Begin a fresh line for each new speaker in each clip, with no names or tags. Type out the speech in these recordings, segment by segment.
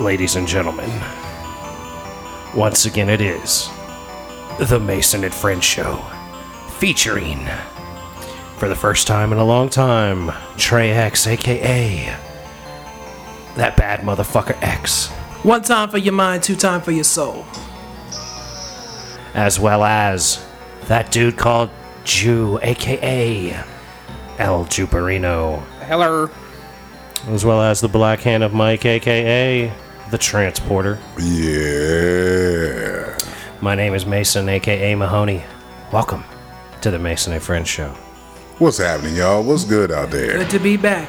ladies and gentlemen. Once again, it is the Mason and Friends Show, featuring, for the first time in a long time, Trey X, aka that bad motherfucker X,
One time for your mind, two time for your soul.
as well as that dude called Jew, aka El Juperino.
Heller.
as well as the Black Hand of Mike, aka the Transporter.
Yeah.
My name is Mason, aka Mahoney. Welcome to the Mason and Friends Show.
What's happening, y'all? What's good out there?
Good to be back.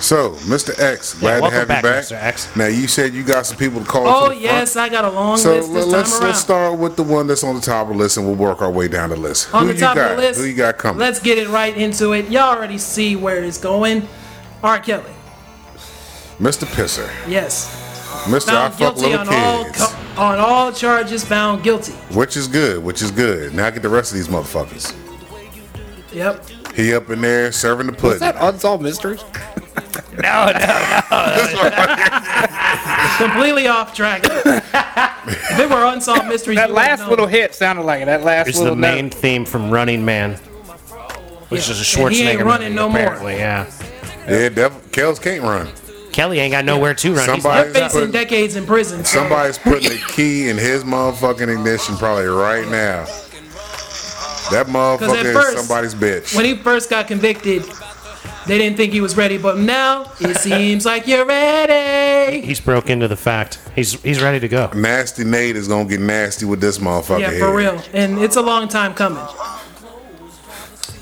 So, Mr. X, glad to
welcome
have
back,
you back.
Mr. X.
Now, you said you got some people to call.
Oh
to the
yes, I got a long
Front. uh, So
list this
let- let's
time around.
let's start with the one that's on the top of the list, and we'll work our way down the list.
On
Who
the
you
top
got?
of the list,
Who you got coming?
Let's get it right into it. Y'all already see where it's going. R. Kelly.
Mr. Pisser,
Yes.
Mr. I
Found
fuck
guilty
little
on all
kids,
co- on all charges. Found guilty.
which is good, which is good. Now get the rest of these motherfuckers.
Yep.
He up in there serving the pudding.
Is that Unsolved Mysteries?
Completely off track. if it were unsolved mysteries,
That
you would've
last
known.
little hit sounded like it. That last
It's
little
the main
note.
theme from Running Man, which is
Yeah,
a
and
Schwarzenegger
he ain't running
movie,
no more.
apparently, yeah.
yeah, Dev- Kels can't run.
Kelly ain't got nowhere to run. He's
Somebody-
locked up.
facing
Put-
decades in prison. so-
Somebody's putting a key in his motherfucking ignition probably right now.
Because
That
at
motherfucker
first,
is somebody's bitch.
When he first got convicted, they didn't think he was ready, but now it seems like you're ready.
He's broke into the fact. He's he's ready to go.
nasty Nate is gonna get nasty with this motherfucker
Yeah,
here.
for real. And it's a long time coming.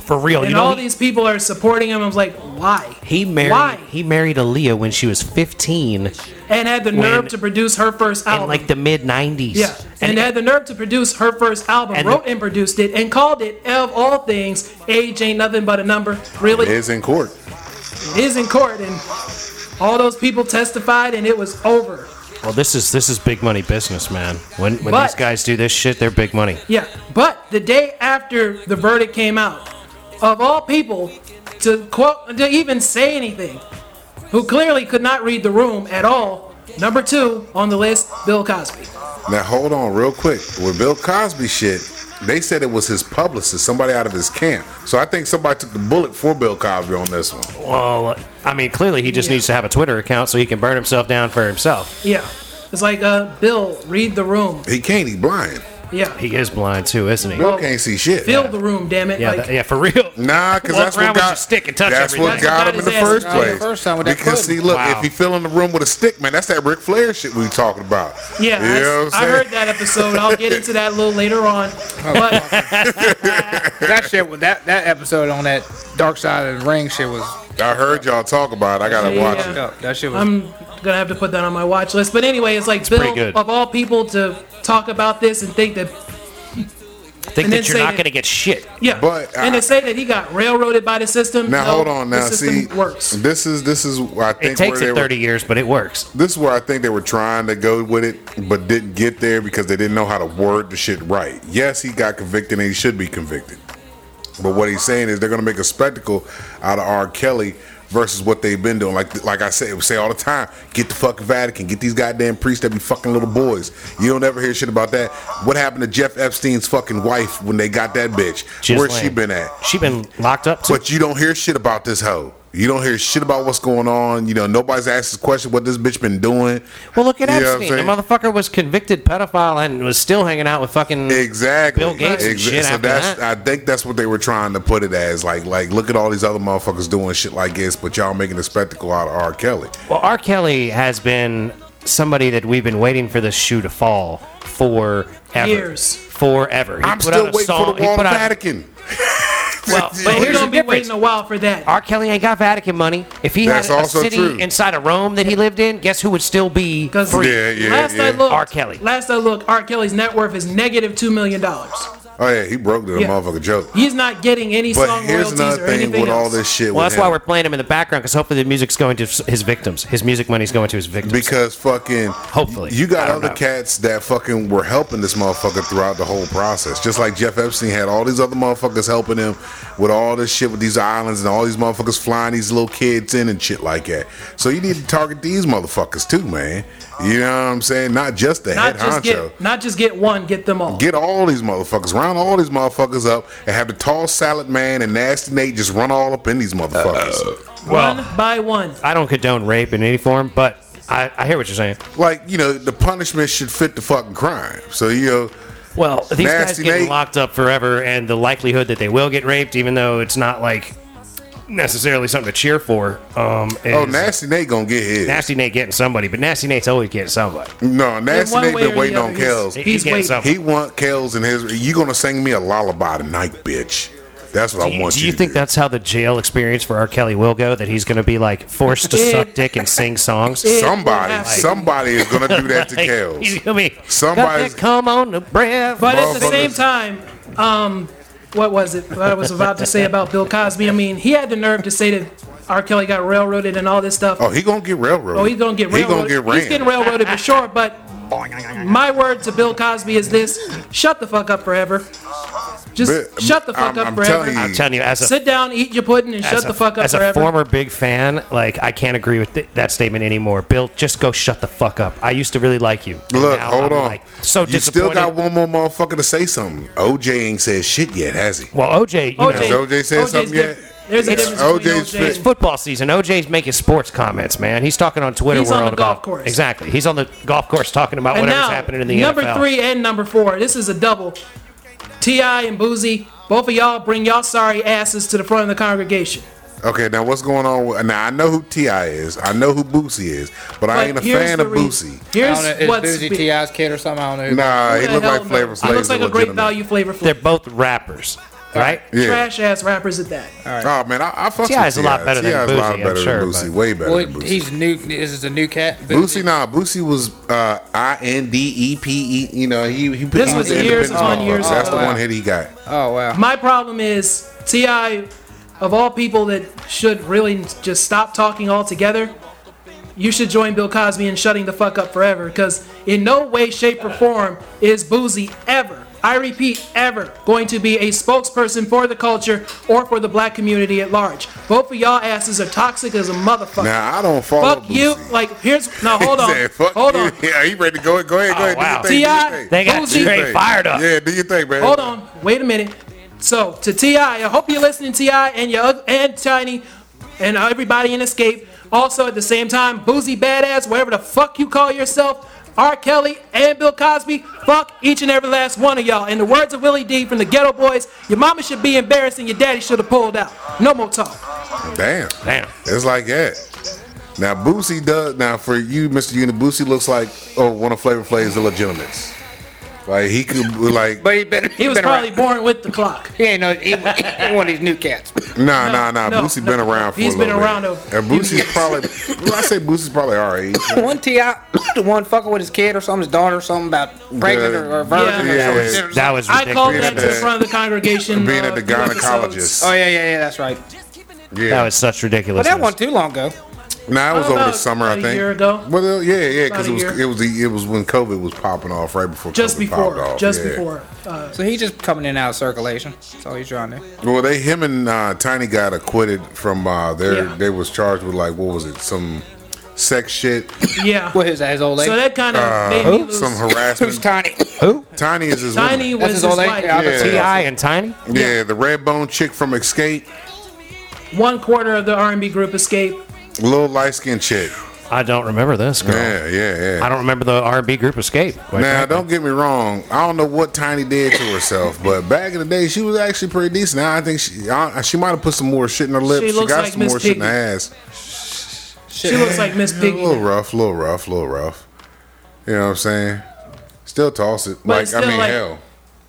For real,
And
you know.
all
He,
these people are supporting him. I was like, why?
he married
Why?
he married Aaliyah when she was 15
And had the nerve
when-
to produce her first album.
in like the mid 90s.
yeah. And, had the nerve to produce her first album,
And
wrote
the-
and produced it, and called it, of all things, Age Ain't Nothing But a Number. Really?
Is in court.
is in court. And all those people testified, and it was over.
well, this is this is big money business, man. When when
But-
these guys do this shit, they're big money.
Yeah, but the day after the verdict came out, of all people to quote to even say anything, who clearly could not read the room at all, number two on the list, Bill Cosby.
Now hold on real quick. With Bill Cosby shit, they said it was his publicist, somebody out of his camp. So I think somebody took the bullet for Bill Cosby on this one.
Well, I mean, clearly he just
Yeah.
needs to have a Twitter account so he can burn himself down for himself.
Yeah. It's like uh Bill, read the room.
He can't, he's blind.
Yeah.
He is blind too, isn't he?
Bill can't see shit.
Fill the room, damn it.
yeah,
like
that- yeah, for real.
Nah, because
Walk
that's what
around with your
got
stick and touch
That's what
everything.
got
That's
him in
what
the
got his
first
ass
place.
the first time with that
because
pudding.
see, look,
Wow.
if he fell in the room with a stick, man, that's that Ric Flair shit we talking about.
yeah,
you know
I, I heard that episode. I'll get into that a little later on. But
That shit. was- That that episode on that Dark Side of the Ring shit was.
I heard y'all talk about. it. I gotta
Yeah.
watch it.
fucked up. That shit was.
I'm gonna have to put that on my watch list. But anyway, it's like
pretty
Bill
good.
of all people to talk about this and think that
Think
And then
that you're
say
not
that-
going to get shit.
Yeah,
But,
and
uh,
to say that he got railroaded by the system.
Now
no,
hold on. Now
the system
see,
works.
this is this is where I think
It takes
where
it
they were-
30 years, but it works.
this is where I think they were trying to go with it, but didn't get there because they didn't know how to word the shit right. Yes, he got convicted and he should be convicted. But what he's saying is they're gonna make a spectacle out of R. Kelly versus what they've been doing. Like like I say say all the time, get the fucking Vatican, get these goddamn priests that be fucking little boys. You don't ever hear shit about that. What happened to Jeff Epstein's fucking wife when they got that bitch?
Just
Where's she
lame.
been at?
She been locked up too.
But you don't hear shit about this hoe. You don't hear shit about what's going on. You know, nobody's asked this question what this bitch been doing.
well, look at
You know what I'm
Epstein. The
saying?
motherfucker was convicted pedophile and was still hanging out with fucking.
Exactly.
Bill Gates and shit
so
after
that's
that.
I think that's what they were trying to put it as. Like like look at all these other motherfuckers doing shit like this, but y'all making a spectacle out of R. Kelly.
Well, R. Kelly has been somebody that we've been waiting for this shoe to fall for
Years.
Forever. He
I'm
put
still
out a
waiting
song-
for the
he
wall
put
of
out-
Vatican.
Well, but
But
here's the
we're gonna be
difference.
waiting a while for that.
R. Kelly ain't got Vatican money. If he
That's
had a
also
city
true.
inside of Rome that he lived in, guess who would still be
Because
free?
Yeah, yeah,
last
yeah.
I looked,
R. Kelly.
Last I looked, R. Kelly's net worth is negative two million dollars.
Oh yeah, he broke the
Yeah.
motherfucker joke.
He's not getting any
But
song
here's
royalties
another
or
thing
anything
with all
else.
this shit.
Well,
with
that's why
him.
we're playing him in the background because hopefully the music's going to s- his victims. His music money's going to his victims.
Because fucking,
Hopefully.
you
I
got
don't
other
know.
cats that fucking were helping this motherfucker throughout the whole process. Just like Jeff Epstein had all these other motherfuckers helping him with all this shit with these islands and all these motherfuckers flying these little kids in and shit like that. So you need to target these motherfuckers too, man. You know what I'm saying? Not just the
Not
head
just
honcho.
get, not just get one, get them all.
Get all these motherfuckers, round all these motherfuckers up, and have the tall salad man and nasty Nate just run all up in these motherfuckers.
one by one.
I don't condone rape in any form, but I, I hear what you're saying.
like you know, the punishment should fit the fucking crime. So you know,
Well, these guys
Nasty
getting
Nate.
locked up forever, and the likelihood that they will get raped, even though it's not like necessarily something to cheer for. Um, is
oh, nasty Nate gonna get his.
Nasty Nate getting somebody, but Nasty Nate's always getting somebody.
No, nasty
one
Nate
way or
been
the
waiting
other,
on
he's-
Kells.
He's,
He,
He's
getting
waiting.
something.
want Kells in his. You gonna sing me a lullaby tonight, bitch? That's what
Do
I
you,
want
do
you.
you
to
think
do.
that's how the jail experience for R. Kelly will go? That he's going to be like forced to
It-
suck dick and sing songs?
It will
somebody?
have to-
Somebody is gonna do that to
Like,
Kells.
he's gonna be, got that
Somebody's
come on the breath.
But at the
Motherfuckers.
same time, um, what was it that I was about to say about Bill Cosby? I mean, he had the nerve to say that R. Kelly got railroaded and all this stuff.
Oh, he gonna get railroaded.
Oh, he's gonna get
He
railroaded.
gonna get ran.
He's getting railroaded for sure. But my word to Bill Cosby is this: shut the fuck up forever. Just
Bi-
shut the fuck
I'm-
up
I'm
forever.
telling
I'm telling you, as a
Sit down, eat your pudding, and shut
as
the
a-
fuck up
as
forever.
a former big fan, like I can't agree with th- that statement anymore. Bill, just go shut the fuck up. I used to really like you. And
Look,
now
hold
I'm,
on.
like, so
you still
disappointed.
got one more motherfucker to say something. OJ ain't said shit yet, has he?
well, OJ, you
OJ,
know,
Has OJ said
OJ's
something
diff-
yet?
There's a
It's-
difference between
OJ's
OJ
fit.
it's football season. OJ's making sports comments, man. He's talking on Twitter
He's on
World
the golf
about
course.
exactly. He's on the golf course talking about
And
whatever's
now,
happening in the
number
NFL.
three and number four. This is a double. Ti and Boozy, both of y'all bring y'all sorry asses to the front of the congregation.
Okay, now what's going on? With, now I know who Ti is. I know who Boosie is, but, I
But
ain't a
here's
fan
the
of
reason.
Boosie.
I
Here's
don't know, is
what's
Boozy
be-
T.I.'s kid or something? I don't know.
Nah, he
Who the
look
hell
like
knows?
Flavor
He
Flav.
looks like a great
legitimate.
value flavor Flav.
They're both rappers, right?
Yeah.
Trash ass rappers at that.
Oh man, I, I fuck
T.I.
with
is a lot better than
T.I. is a
Boosie,
lot
I'm
better
sure,
than Boosie.
but-
Way better
Well,
than Boosie.
he's new. This is a new cat.
Boosie, nah, Boosie was uh, I N D E P E. You know, he he put
This
he
was
an
years
independent
upon
motherfucker.
years
That's
ago.
the one hit he got.
Oh wow.
My problem is Ti, of all people that should really just stop talking altogether. You should join Bill Cosby in shutting the fuck up forever, because in no way, shape, or form is Boozy ever, I repeat, ever going to be a spokesperson for the culture or for the black community at large. Both of y'all asses are toxic as a motherfucker.
Now I don't follow
fuck
Boosie.
you. Like here's now. Hold
He
on.
said, fuck
hold
you.
on.
Yeah, he ready to go. Go ahead, go
Oh,
ahead.
wow.
Do your thing. do your
T.I.
thing.
They got
Boosie-
Do your
Dre
thing.
fired up.
Yeah, do your thing, man.
Hold on, wait a minute. So to Ti, I hope you're listening, Ti, and your oth- and Tiny, and everybody in Escape. Also at the same time, Boozy Badass, whatever the fuck you call yourself, R. Kelly and Bill Cosby, fuck each and every last one of y'all. In the words of Willie D from the Ghetto Boys, your mama should be embarrassed and your daddy should have pulled out. No more talk.
Damn.
Damn.
It's like that. Now Boosie does now for you, Mr. Unit, Boosie looks like oh one of Flavor Flav's illegitimates. Like he could like
But he been
He was
been
probably
around.
born with the clock.
He ain't no he, he ain't one of these new cats.
nah nah nah
no,
Boosie
no.
been around for
He's
a little
been around
bit.
a-
and Boosie's probably well, I say Boosie's probably our age.
One Ti, the one fucking with his kid or something, his daughter or something about pregnant
Yeah.
or, or virgin
Yeah.
or
Yeah.
something. or
That was
I called
ridiculous.
that to the front of the congregation.
Being
uh,
at the
two episodes.
gynecologist.
Oh yeah, yeah, yeah. That's right.
yeah.
That was such ridiculous.
But that wasn't too long ago.
Nah, it was
About-
over the summer, I
about a
think.
year ago.
Well, uh, yeah, yeah, because
About a
it was
year.
it was the, it was when COVID was popping off right before
Just
COVID popped
before,
off,
just
yeah.
before. Uh,
So he's just coming in and out of circulation. That's all he's trying to. do.
Well, they him and uh, Tiny got acquitted from uh, their
Yeah.
they was charged with like what was it some sex shit
yeah.
What is that? His old lady.
So that kind of made me lose.
Uh, some harassment.
Who's tiny?
Who?
Tiny is his
Tiny
woman.
was his
That's his old lady.
wife.
Yeah, I
Yeah.
thought she-
Ti and Tiny.
Yeah, the red bone chick from Escape,
One quarter of the R&B group Escape.
little light skinned chick.
I don't remember this
Oh.
girl.
Yeah, yeah, yeah.
I don't remember the R&B group Escape. quite
Now,
frankly.
don't get me wrong. I don't know what Tiny did to herself, but back in the day, she was actually pretty decent. Now, I think she I, she might have put some more shit in her lips. She,
looks
got
like
some
Miss
more shit in her
Piggy.
ass.
She looks like Miss
A little
Piggy.
rough, little rough, little rough. You know what I'm saying? Still toss it.
But
like
it's
I
still
mean,
like-
hell.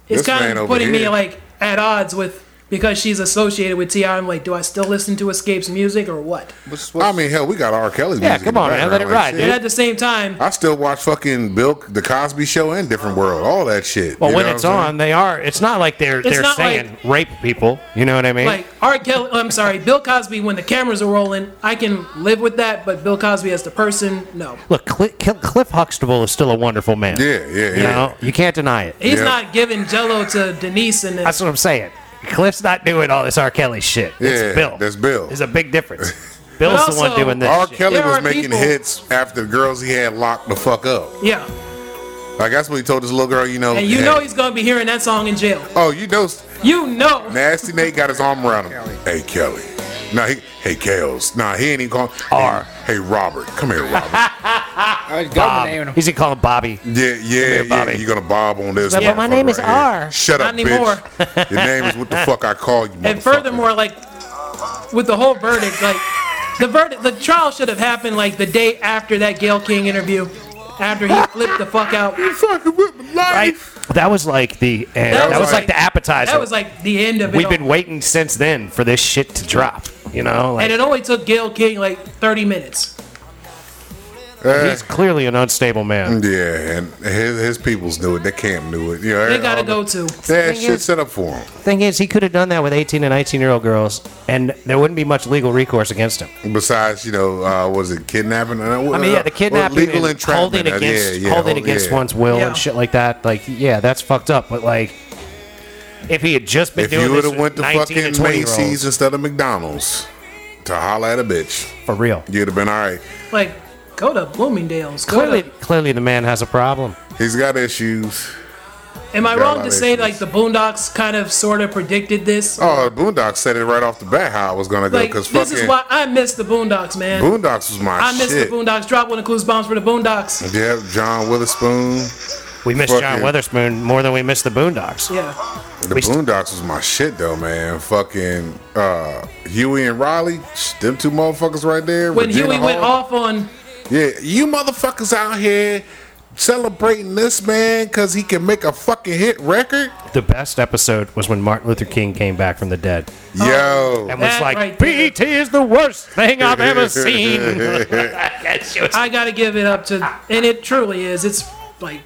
It's
this man
kind of
over
putting me
here.
like at odds with because she's associated with Ti. I'm like, do I still listen to Escape's music or what?
What's,
I
what's,
mean, hell, we got R. Kelly's
Yeah,
music.
come
in the
on, man, let
background,
it ride,
shit.
dude.
And at the same time,
I still watch fucking Bill, The Cosby Show, and Different World, all that shit.
Well,
You
when
know
it's
what I'm
on, they are. It's not like they're they're
not
saying rape people. You know what I mean?
like R. Kelly, I'm sorry, Bill Cosby. When the cameras are rolling, I can live with that. But Bill Cosby as the person, no,
Look, Cl- Cl- Cliff Huxtable is still a wonderful man.
saying? Yeah, yeah,
You
yeah.
know, you can't deny it.
he's
Yeah.
not giving Jello to Denise and then
That's what I'm saying. Cliff's not doing all this R. Kelly shit.
Yeah,
it's Bill.
that's Bill.
There's a big difference. Bill's
But
the one
also-
doing this.
R.
shit.
Kelly
There
was
are
making
people-
hits after the girls he had locked the fuck up.
yeah,
Like that's what he told this little girl, you know.
and you
hey.
know he's gonna be hearing that song in jail.
Oh, you know,
You know,
nasty Nate got his arm around him. Hey, Kelly. Nah, he. Hey, Kales. Nah, he ain't even calling.
R.
Hey, hey, Robert. Come here, Robert.
I was
Bob.
dominating him.
He's gonna call him Bobby.
yeah, yeah, yeah.
Bobby.
You're gonna bob on this.
But my
motherfucker
name is
right here.
R.
Shut up,
Not anymore.
bitch. Your name is what the fuck I call you.
and
motherfucker.
furthermore, like with the whole verdict, like the verdict, the trial should have happened like the day after that Gail King interview, after he flipped the fuck out.
you fucking with my
Right?
life.
That was like the uh, that,
was
was, like,
like-
the appetizer.
That was like the end of it.
We've
all.
been waiting since then for this shit to drop. You know, like,
and it only took Gail King like 30 minutes.
Eh,
he's clearly an unstable man.
yeah, and his, his peoples knew it. They camp knew it. You know,
They gotta
all the-
go to.
Yeah,
Thing
shit
is-
set up for him.
Thing is, he could have done that with 18 and 19 year old girls, and there wouldn't be much legal recourse against him.
Besides, you know, uh, was it kidnapping? I
I mean, yeah, the kidnapping,
legal
and holding
entrapment. uh,
against,
yeah, yeah,
holding
hold-
against
yeah.
one's will
Yeah.
and shit like that. Like, yeah, that's fucked up. But like, if he had just been
If
doing
you would
this with
have went to
19 and
fucking
20 year olds,
Macy's instead of McDonald's to holler at a bitch,
for real,
you'd have been all right.
Like, go to Bloomingdale's. Go
clearly,
to,
clearly the man has a problem.
He's got issues.
am I
got a
wrong
lot
to
of
say
issues.
like the Boondocks kind of sort of predicted this?
Oh, Boondocks said it right off the bat how I was gonna go
like,
because
this is
fucking
why I miss the Boondocks, man.
Boondocks was my
I miss
shit.
the Boondocks. Drop one of Clues bombs for the Boondocks.
yeah, John Witherspoon.
We miss
Fuck
John
yeah.
Witherspoon more than we miss the Boondocks.
Yeah,
The
We st-
Boondocks was my shit though, man. Fucking uh, Huey and Riley, sh- them two motherfuckers right there.
when
Regina
Huey went
Hall.
off on
Yeah, you motherfuckers out here celebrating this man because he can make a fucking hit record.
The best episode was when Martin Luther King came back from the dead
Oh.
Yo,
and was
That
like,
right there.
"BT is the worst thing I've ever seen." That shit was-
I gotta give it up to, and it truly is. It's like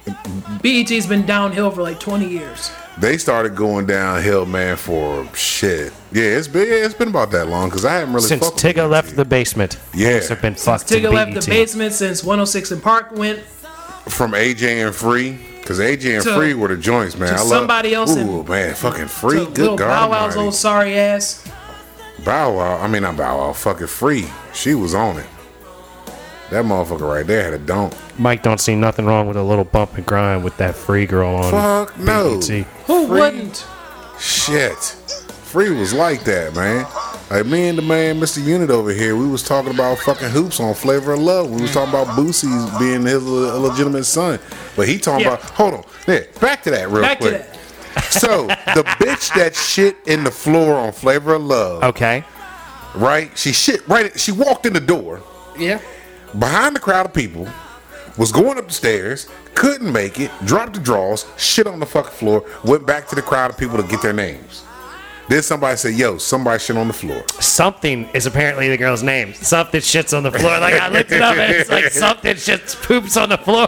BET's been downhill for like 20 years.
they started going downhill, man. For shit, yeah, it's been yeah, it's been about that long because I haven't really
Since
fucked with
Tigga
BET.
left the basement,
Yeah.
things have been fucked. in E
Tigger left
E
the
BET.
basement since 106 and Park went.
from AJ and Free because AJ and
To-
Free were the joints, man. I love
somebody else in-
Ooh, man, fucking Free,
to Lil
good
Bow
God,
Wow's
Almighty.
old sorry ass.
Bow Wow. I mean, not Bow Wow. Fucking Free. She was on it. That motherfucker right there had a dump.
Mike don't see nothing wrong with a little bump and grind with that free girl on. E
Fuck no.
BET.
Who
Free.
wouldn't?
Shit. Free was like that, man. Like me and the man, Mr. Unit over here, we was talking about fucking hoops on Flavor of Love. We was talking about Boosie's being his le- illegitimate son. But he talking
Yeah.
about hold on. Yeah, back to that real
Back to
quick.
that.
So the bitch that shit in the floor on Flavor of Love,
Okay.
right? She shit right she walked in the door
Yeah.
behind the crowd of people, was going up the stairs, couldn't make it, dropped the draws, shit on the fucking floor, went back to the crowd of people to get their names. Then somebody said, Yo, somebody shit on the floor.
Something is apparently the girl's name. Something shits on the floor. Like I looked it up and it's like something shits poops on the floor.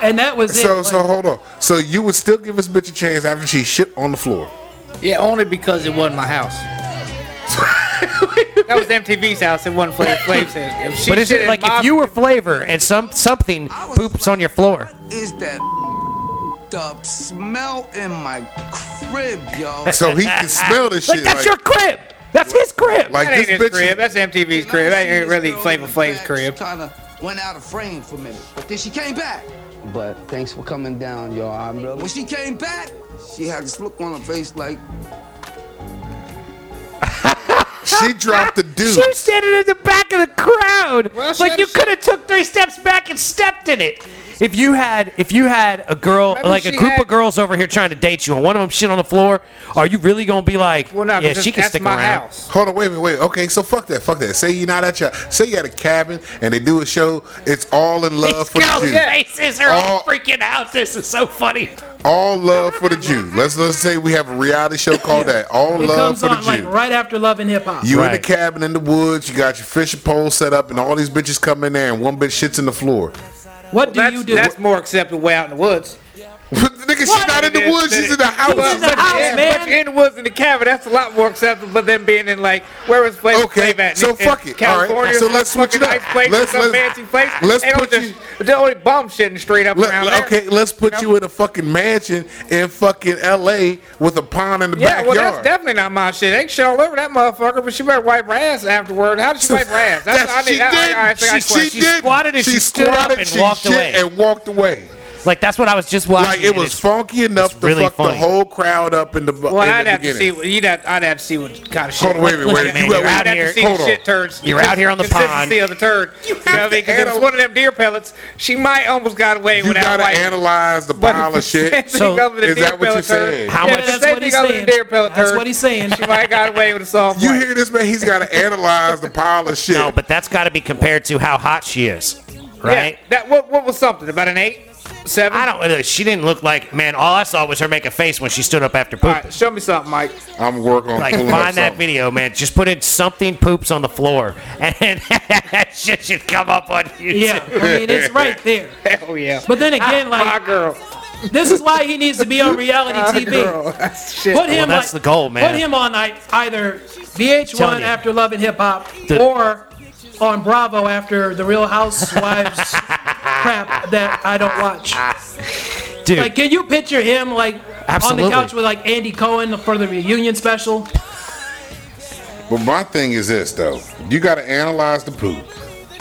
And that was it.
So,
like,
so hold on. So you would still give this bitch a chance after she shit on the floor?
Yeah, only because it wasn't my house. that was MTV's house. It wasn't Flavor Flav's house. If she
but is
shit
it
in
like
my-
if you were flavor and some something poops on your floor?
is that up smell in my crib, y'all.
So he can smell this
Like
shit.
that's your crib. That's his crib.
like
That ain't
this
his
bitch.
crib. That's MTV's crib. That ain't really Flavor Flav's crib.
Kind of went out of frame for a minute, but then she came back.
But thanks for coming down, y'all. I'm really.
When she came back, she had this look on her face like,
She dropped the dude.
she was standing in the back of the crowd.
Well, she
like
had
you
to-
could have took three steps back and stepped in it. If you had, if you had a girl,
Maybe
like a
she
group of
had-
girls over here trying to date you, and one of them shit on the floor, are you really gonna be like,
Well, no,
yeah,
because
she can
that's
stick
my
around?
house.
Hold on, wait a minute, wait. Okay, so fuck that, fuck that. Say you're not at your, say you at a cabin and they do a show. It's all in love
These
Uh, for the
girls'
dude.
faces are all
Oh.
freaking out. This is so funny.
All love for the Jew. Let's let's say we have a reality show called that. All
It
love
comes
for the
on
Jew.
like right after Love and Hip Hop.
You in
Right.
the cabin in the woods, you got your fishing pole set up, and all these bitches come in there, and one bitch shits in the floor.
What do
That's,
you do?
that's more acceptable way out in the woods.
Nigga, she's not in the woods, she's in the
She's in the
house.
house,
yeah,
man.
but you're in the woods in the cabin, that's a lot more acceptable than being in like where was place
Okay,
Flav at?
so
In- in
fuck it. All right,
California,
so let's
some
switch it
fucking
up.
nice Place,
Let's-
some
let's-
fancy place.
let's
They don't
put
just-
you-
the only bum shitting straight up
Let-
around
let-
there.
okay, let's put you in a fucking mansion in fucking L.A. with a pond in the
Yeah, well,
backyard.
that's definitely not my shit. They can shit all over that motherfucker, but she better wipe her ass afterward. How did she wipe her ass?
That's- she
all right, I
did.
think I
She,
question.
she, did.
squatted and she stood up and
she
walked
shit
away.
And walked away.
Like that's what I was just watching.
Like it
and
was
it's-
funky enough to
really
fuck
funny.
the whole crowd up in the.
Well,
in
I'd
the
have to see.
beginning.
What, you'd have, I'd have to see what kind of shit.
Hold on, wait a minute, wait a minute.
Man,
You
you're
got-
out
I'd have
here-
to see
hold
the
on.
shit turds.
You're out here on the
Consistency
pond.
of the turd. You know what I
have
mean?
to
Because if it was
anal-
one of them deer pellets, she might almost got away
You
without
gotta
wiping.
analyze the
But
pile of
same
shit.
So,
thing over the
is
deer
that what you're
pellet turd.
saying?
How
Yeah,
much-
the
That's
same
what
thing
he's
over the
saying.
deer pellet
That's
turd.
what he's saying.
She might got away with a soft
You
wipe.
hear this man? He's got to analyze the pile of shit.
no, but that's got to be compared to how hot she is, right?
Yeah, that what what was something about an eight, seven?
I don't. uh, She didn't look like man. All I saw was her make a face when she stood up after
All
pooping.
right, show me something, Mike.
I'm working on
Like
pulling up
find that
something.
video, man. Just put in something poops on the floor, and that shit should come up on YouTube.
Yeah, I mean it's right there.
Hell yeah.
But then again,
my
like
girl,
this is why he needs to be on reality
my
TV.
girl, that's shit.
Put him.
that's
like-
the goal, man.
Put him on like either VH1
Telling you.
after Love and Hip Hop
The-
or on Bravo after the Real Housewives crap that I don't watch.
Dude,
Like, can you picture him like
Absolutely.
on the couch with like Andy Cohen for the reunion special?
But my thing is this though: you got to analyze the poop.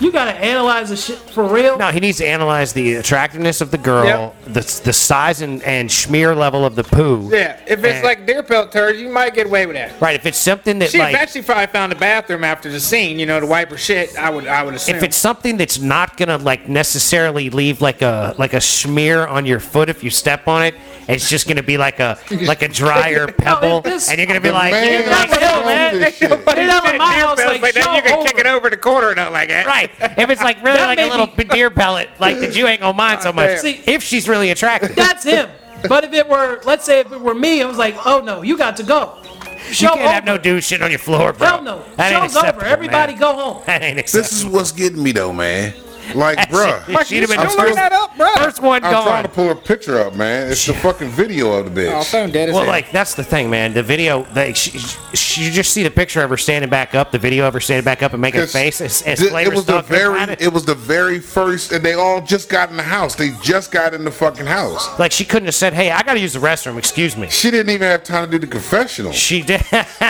You gotta analyze the shit for real.
No, he needs to analyze the attractiveness of the girl,
Yep.
the, the size and, and smear level of the poo.
Yeah, if it's
And-
like deer pelt turd, you might get away with that.
Right, if it's something that
She
like
eventually probably found a bathroom after the scene, you know, to wipe her shit. I would, I would assume.
if it's something that's not gonna like necessarily leave like a like a smear on your foot if you step on it, it's just gonna be like a like a drier pebble,
this-
and you're gonna be
The
like,
man
you're like,
that's
"Oh,
hell, man.
on this shit.
But
Get
if
out of
that
my
deer
house,
pelt's
like,
like that,
show
you can kick
over.
it over the corner and not like that.
Right. If it's like really
That
like
may
a little
be- Ah,
deer pellet, like the Jew ain't gonna mind so much.
damn.
if she's really attractive.
That's him. But if it were, let's say if it were me, I was like, oh no, you got to go.
You
Show
can't have no
over.
dude shit on your floor, bro.
Hell no.
That ain't
Show's over.
acceptable,
Everybody
man.
go home.
That ain't acceptable.
This is what's getting me though, man. Like, bruh,
She'd have been
I'm
the
still-
first,
that up, bro.
first one
I'm
gone.
trying to pull a picture up, man. It's the fucking video of the
Oh,
bitch.
phone dead as
Well,
hell.
like that's the thing, man. The video, they, she, she, you just see the picture of her standing back up, the video of her standing back up and making a face. As, as
Th-
Flavor's
it was the
talking
very,
about it.
it was the very first, and they all just got in the house. They just got in the fucking house.
like she couldn't have said, "Hey, I gotta use the restroom. Excuse me."
She didn't even have time to do the confessional.
She did.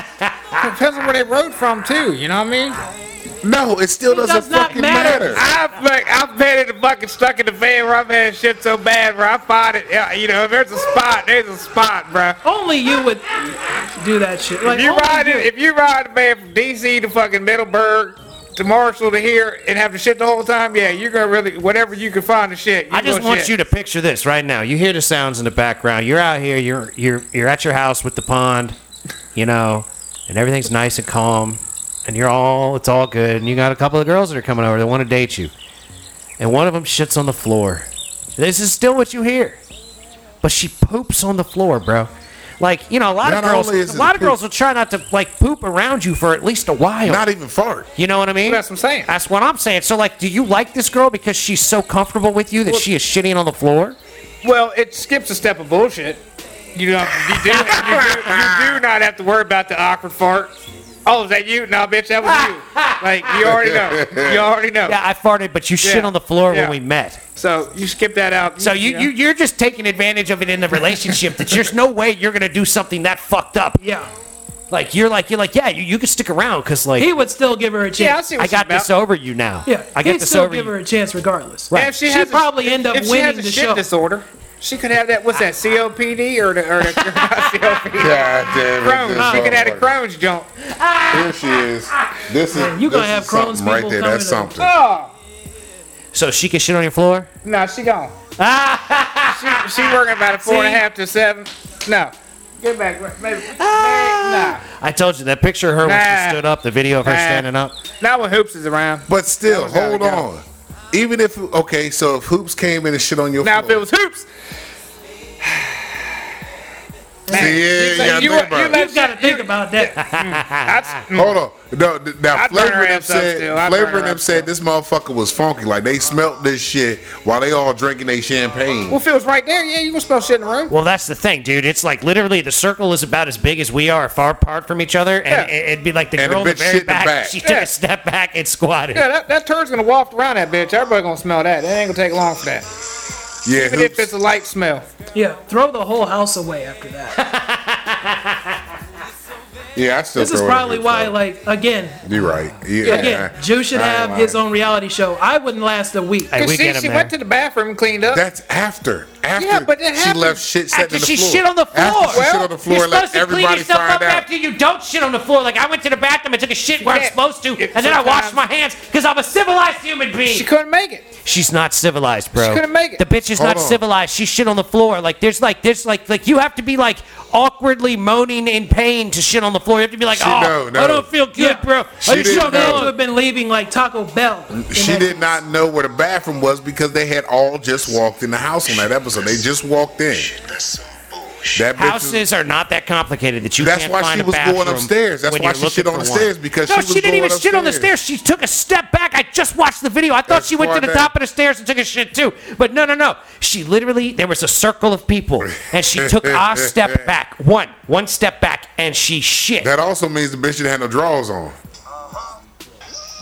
depends on where they rode from too. You know what I mean?
No, it still doesn't
does not
fucking
matter.
matter.
I've like I've been in the fucking stuck in the van where I've had shit so bad where I find it. yeah, You know, if there's a spot, there's a spot, bro.
Only you would do that shit. Like,
If you
oh,
only
ride
you.
it, if you ride the van from DC to fucking Middleburg to Marshall to here and have the shit the whole time, yeah, you're gonna really whatever you can find the shit.
I just want you to picture this right now. You hear the sounds in the background. You're out here. You're you're you're at your house with the pond, you know, and everything's nice and calm, and you're all it's all good. And you got a couple of girls that are coming over that want to date you, and one of them shits on the floor. This is still what you hear, but she poops on the floor, bro. Like you know, a lot
Not
of girls,
only is
a
it
lot of
poop-
girls will try not to like poop around you for at least a while.
Not even fart.
You know what I mean?
Well, that's what I'm saying.
That's what I'm saying. So, like, do you like this girl because she's so comfortable with you that she is shitting on the floor?
Well, it skips a step of bullshit. You know, you do, you do, you do not have to worry about the awkward fart. Oh, is that you? No, bitch, that was you. Like you already know. You already know.
Yeah, I farted, but you shit
Yeah.
on the floor
Yeah.
when we met.
So you skip that out.
So you,
know.
you you're just taking advantage of it in the relationship. that there's no way you're gonna do something that fucked up.
Yeah.
Like you're like you're like yeah, you, you can stick around because like
He would still give her a chance.
Yeah, I see what
I
she's
got
about.
this over you now.
Yeah,
I
he'd
got this
still
over
give her
you.
a chance regardless.
Right.
If she
She'd
has a-
probably end up
if she
winning
has a
the
shit
show.
disorder. She could have that. What's that? COPD or the, or the COPD?
God damn it.
Crohn's.
this
She could have a
motherfucker.
Crohn's jump.
Here she is. This is
you gonna
this
have
is
Crohn's
something right
people
there. That's
coming
something.
Oh,
So she can shit on your floor.
no, she gone. she, she working about a four and a
See?
half to seven. No, get back. Maybe, maybe, nah.
I told you that picture of her when
Nah.
she stood up, the video of her
Nah.
standing up.
Not when hoops is around.
But still,
gotta
hold
go.
on. Even if okay, so if hoops came in and shit on your
Now if
floor,
it was hoops,
See, yeah, you
You-
gotta think
you
about it.
let-
You've got to think about that.
Ah,
That's, mm.
Hold on. No, th- now
I'd burn
Flavor
her
and them
ass up
said,
still. I'd
Flavor
burn her
and them
up
said this motherfucker was funky. Like they smelt this shit while they all drinking their champagne.
well, if it was right there, yeah, you can smell shit in the room.
Well, that's the thing, dude. It's like literally the circle is about as big as we are, far apart from each other, and
Yeah.
it- it'd be like the
And the
girl in the
bitch
very
shit in the
back.
back.
She took
Yeah.
a step back and squatted.
Yeah, that, that turd's gonna waft around that bitch. Everybody gonna smell that. It ain't gonna take long for that.
yeah,
Even if
hoops.
it's a light smell.
Yeah, throw the whole house away after that.
yeah. I still.
This is
throw it in
probably
hoops,
why,
though.
like, again,
You're right. Yeah.
again, Jew should
I ain't
have
lying.
his own reality show. I wouldn't last a week.
Hey,
You
we
see,
get 'em
she
there.
went to the bathroom and cleaned up.
That's after. After
Yeah, but it
she
happened
left shit set
after
in the
she
floor.
shit on the floor.
After she shit
Well,
on the floor
You're
and let
supposed to clean
everybody
yourself
find
up
out.
after you don't shit on the floor. Like I went to the bathroom and took a shit where I'm
Yeah.
supposed to,
It-
and then I washed
sometimes-
my hands because I'm a civilized human being.
she couldn't make it.
She's not civilized, bro.
She couldn't make it.
The bitch is
Hold
not
on.
civilized. She shit on the floor. Like there's like there's like like you have to be like awkwardly moaning in pain to shit on the floor. You have to be like,
She-
oh,
no, no.
I don't feel good,
Yeah.
bro.
She
I just
didn't
shit on the
know.
to
floor."
have been leaving like Taco Bell. in
She
that-
did not know where the bathroom was because they had all just walked in the house on that episode. They just walked in. That bitch is,
Houses are not that complicated that you
That's
can't
why
find
she
a
was
bathroom
going upstairs. That's
when
why
you're
she
looking
shit on
for
the
one.
stairs because
no,
she
she,
was
didn't even
going
shit on the
upstairs.
stairs. She took a step back. I just watched the video. I thought
That's
she went to
far
the
down.
top of the stairs and took a shit too. But no, no, no. She literally there was a circle of people, and she took a step back, one, one step back, and she shit.
that also means the bitch didn't have no drawers on.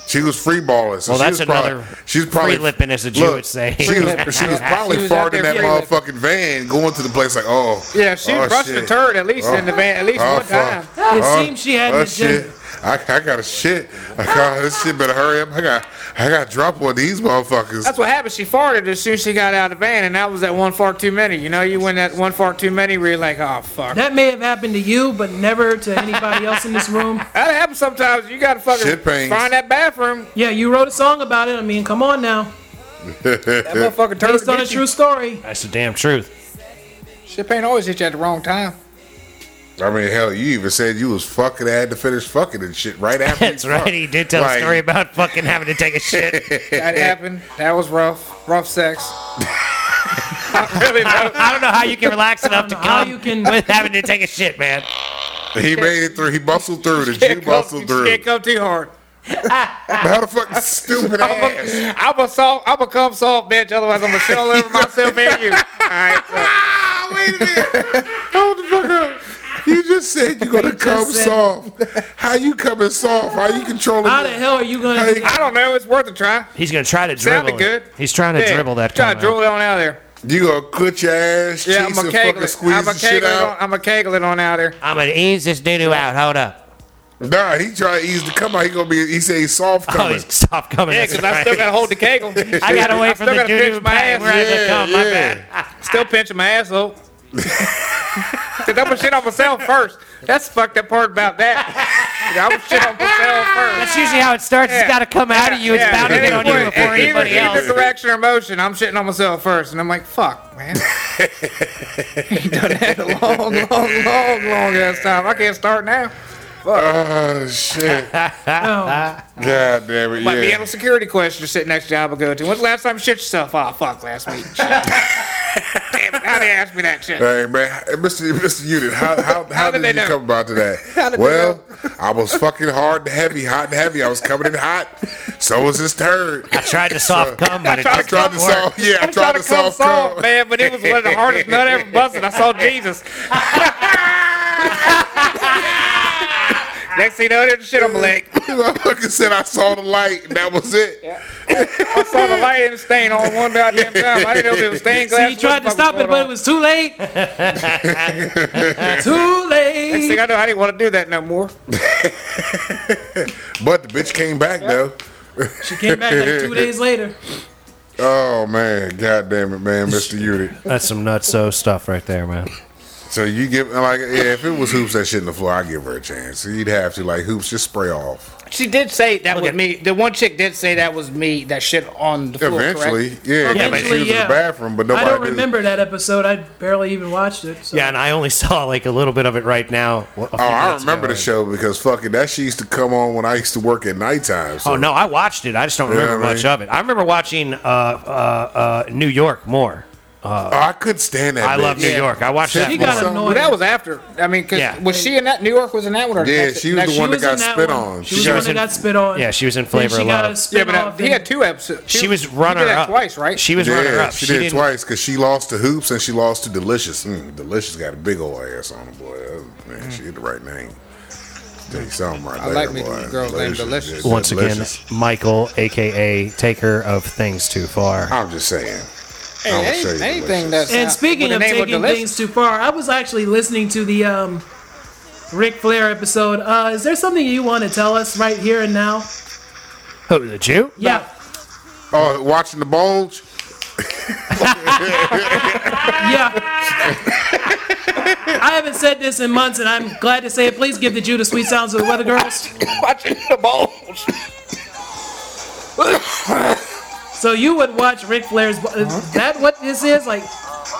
She was free balling. So
Well,
she
that's
was probably,
another
She's probably
free-lipping, as a Jew
look,
would say.
She was, she was probably
She was
farting
out there
that
free-lipping.
motherfucking van, going to the place like, oh,
Yeah, she
oh,
rushed the
shit.
turd at least in the van at least
one
one time.
It seems she had an agenda.
shit. I, I got a shit. I got this shit. Better hurry up. I got I got to drop one of these motherfuckers.
That's what happened. She farted as soon as she got out of the van, and that was that one fart too many. You know, you win that one fart too many, where you're like, oh fuck. That,
That may have happened to you, but never to anybody else in this room.
happens sometimes. You gotta fucking
Shit pains.
find that bathroom.
Yeah, you wrote a song about it. I mean, come on now.
That motherfucking turd.
Based on a
gets you.
true story.
That's the damn truth.
Shit pain always hit you at the wrong time.
I mean, hell, you even said you was fucking. I had to finish fucking and shit right after.
That's
you
right.
fucked.
He did tell
Like,
a story about fucking having to take a shit.
That happened. That was rough. Rough sex. Not really rough.
I don't know how you can relax enough to
know how
come
you can-
with having to take a shit, man.
He made it through. He bustled through. The Jew
Can't
bustled
come,
through.
can't come too hard.
How the fuck stupid ass?
I'm a soft, I'm a cum soft bitch. Otherwise, I'm gonna shit all over myself and you. All right. so-
Ah, wait a minute. Hold the fuck up. You just said you're gonna come
said-
soft. How you coming soft? How you controlling?
How the
it?
hell are you
How
gonna?
you-
do-
I don't know. It's worth a try.
He's gonna try to dribble.
Sounded
it.
good.
He's trying to
Yeah,
dribble that.
Try
cum
to
out.
dribble it on out of there.
You gonna cut your ass
Yeah,
cheeks
I'm a
and fucking
keggle it.
squeeze
I'm a
the shit
keggle it on.
out?
I'm a keggle it on out of there.
I'm gonna ease this doo doo out. Hold up.
Nah, he try to ease the come out. He gonna be. He say he's soft
Oh,
coming.
he's stop coming.
Yeah,
That's
because I
right.
still gotta hold the keggle.
I got away
I
from
still
the
gotta
doo doo
pinch my ass.
where I had to
Yeah,
come. My
yeah.
bad.
Still pinching my asshole. Cause I'm gonna shit on myself first. That's the fucked up part about that. I'm gonna shit on myself first.
That's usually how it starts.
Yeah.
It's got to come out of you. It's
Yeah,
bound to
at
get
any
on you
point,
before
at either-
anybody
either
else.
direction or motion, I'm shitting on myself first, and I'm like, "Fuck, man." He done had a long, long, long, long ass time. I can't start now.
Oh shit! God
No.
damn it!
Might be
Yeah.
handle security question sitting next job I go to. When's the last time you shit yourself? Oh, fuck, last week. Damn, it, how they ask me that shit?
Hey man, Hey, Mr. Mr. Unit, how how, how,
did
did,
they
you
know?
come about to
How
that?
did they
Well, I was fucking hard and heavy, hot and heavy. I was coming in hot. So was his turd.
I tried to soft cum, but it
tried
I
just
tried
didn't
to
work.
solve. Yeah, I
I'm trying
tried
to
to
come
solve.
soft,
cum.
man, but it was one of the hardest nut I ever busted. I saw Jesus. Next thing you know, there's shit on my leg.
I fucking said I saw the light. And that was it.
I saw the light and the stain on one goddamn time. I didn't know if it was stained glass.
See, you tried to stop it, but it was too late. too
Next thing
late.
I know, I didn't want to do that no more.
But the bitch came back though.
She came back like two days later.
Oh man, god damn it, man, Mr. Unit.
That's some nutso stuff right there, man.
So you give like yeah, if it was hoops that shit in the floor, I give her a chance. You'd have to like hoops just spray off
She did say that
Look
was
at-
me. The one chick did say that was me that shit on the floor. correct?
eventually.
Yeah,
Yeah, yeah,
but-
she was in
yeah.
the bathroom, but
I
nobody.
don't
did.
remember that episode. I barely even watched it. So.
Yeah, and I only saw like a little bit of it right now. Oh,
Oh, I remember the show because fucking that shit used to come on when I used to work at nighttime. So.
Oh no, I watched it. I just don't
Yeah,
remember
I mean-
much of it. I remember watching uh, uh, uh, New York more.
Oh, I could stand that.
I love
bitch.
New York. I watched
She
that.
He
movie.
got
Well,
annoyed.
Well, that was after. I mean, 'cause
Yeah.
was she in that? New York was in that one? Or
Yeah,
next-
she was
next-
the one that
was in
got
that
spit
one.
on.
She was
She
the
was
one that
in-
got spit on.
yeah, she was in
Then
Flavor
she
of
got
Love.
a
Yeah, but uh,
spin-off
he
and-
had two episodes.
She was
he
runner
did that
up
twice, right?
She was runner
Yeah,
up.
she, did it
didn't-
twice because she lost to Hoops and she lost to Delicious. Mm, Delicious got a big old ass on her, boy. That- Man,
Mm.
she hit the right name. Tell you something right there,
like me
boy.
some girls named Delicious.
yeah,
Once
Delicious.
again, Michael, aka Taker of Things Too Far.
I'm just saying.
Hey,
I'll
any-
show you
anything
Delicious.
that's
And
not-
speaking
with
of
the name
taking
Delicious-
things too far, I was actually listening to the um, Ric Flair episode. Uh, is there something you want to tell us right here and now?
Who, the Jew?
Yeah.
Oh, watching the bulge.
Yeah. I haven't said this in months, and I'm glad to say it. Please give the Jew the sweet sounds of the Weather Girls.
watching the balls.
So you would watch Ric Flair's. bu- Is that what this is? Like,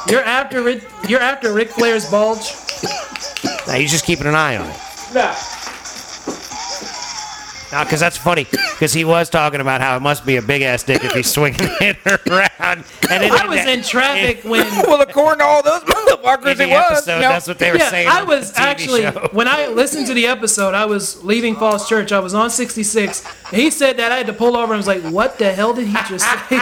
you're after Ric, you're after Ric Flair's bulge.
Now he's just keeping an eye on it. No. because that's funny. Because he was talking about how it must be a big ass dick if he's swinging it around. And it,
I was in traffic when.
well, according to all those motherfuckers,
in
it
the
was.
episode.
No,
That's what they were
Yeah,
saying.
I
on
was
the TV
actually
show.
when I listened to the episode, I was leaving Falls Church. I was on 66. And he said that I had to pull over. and was like, "What the hell did he just say?"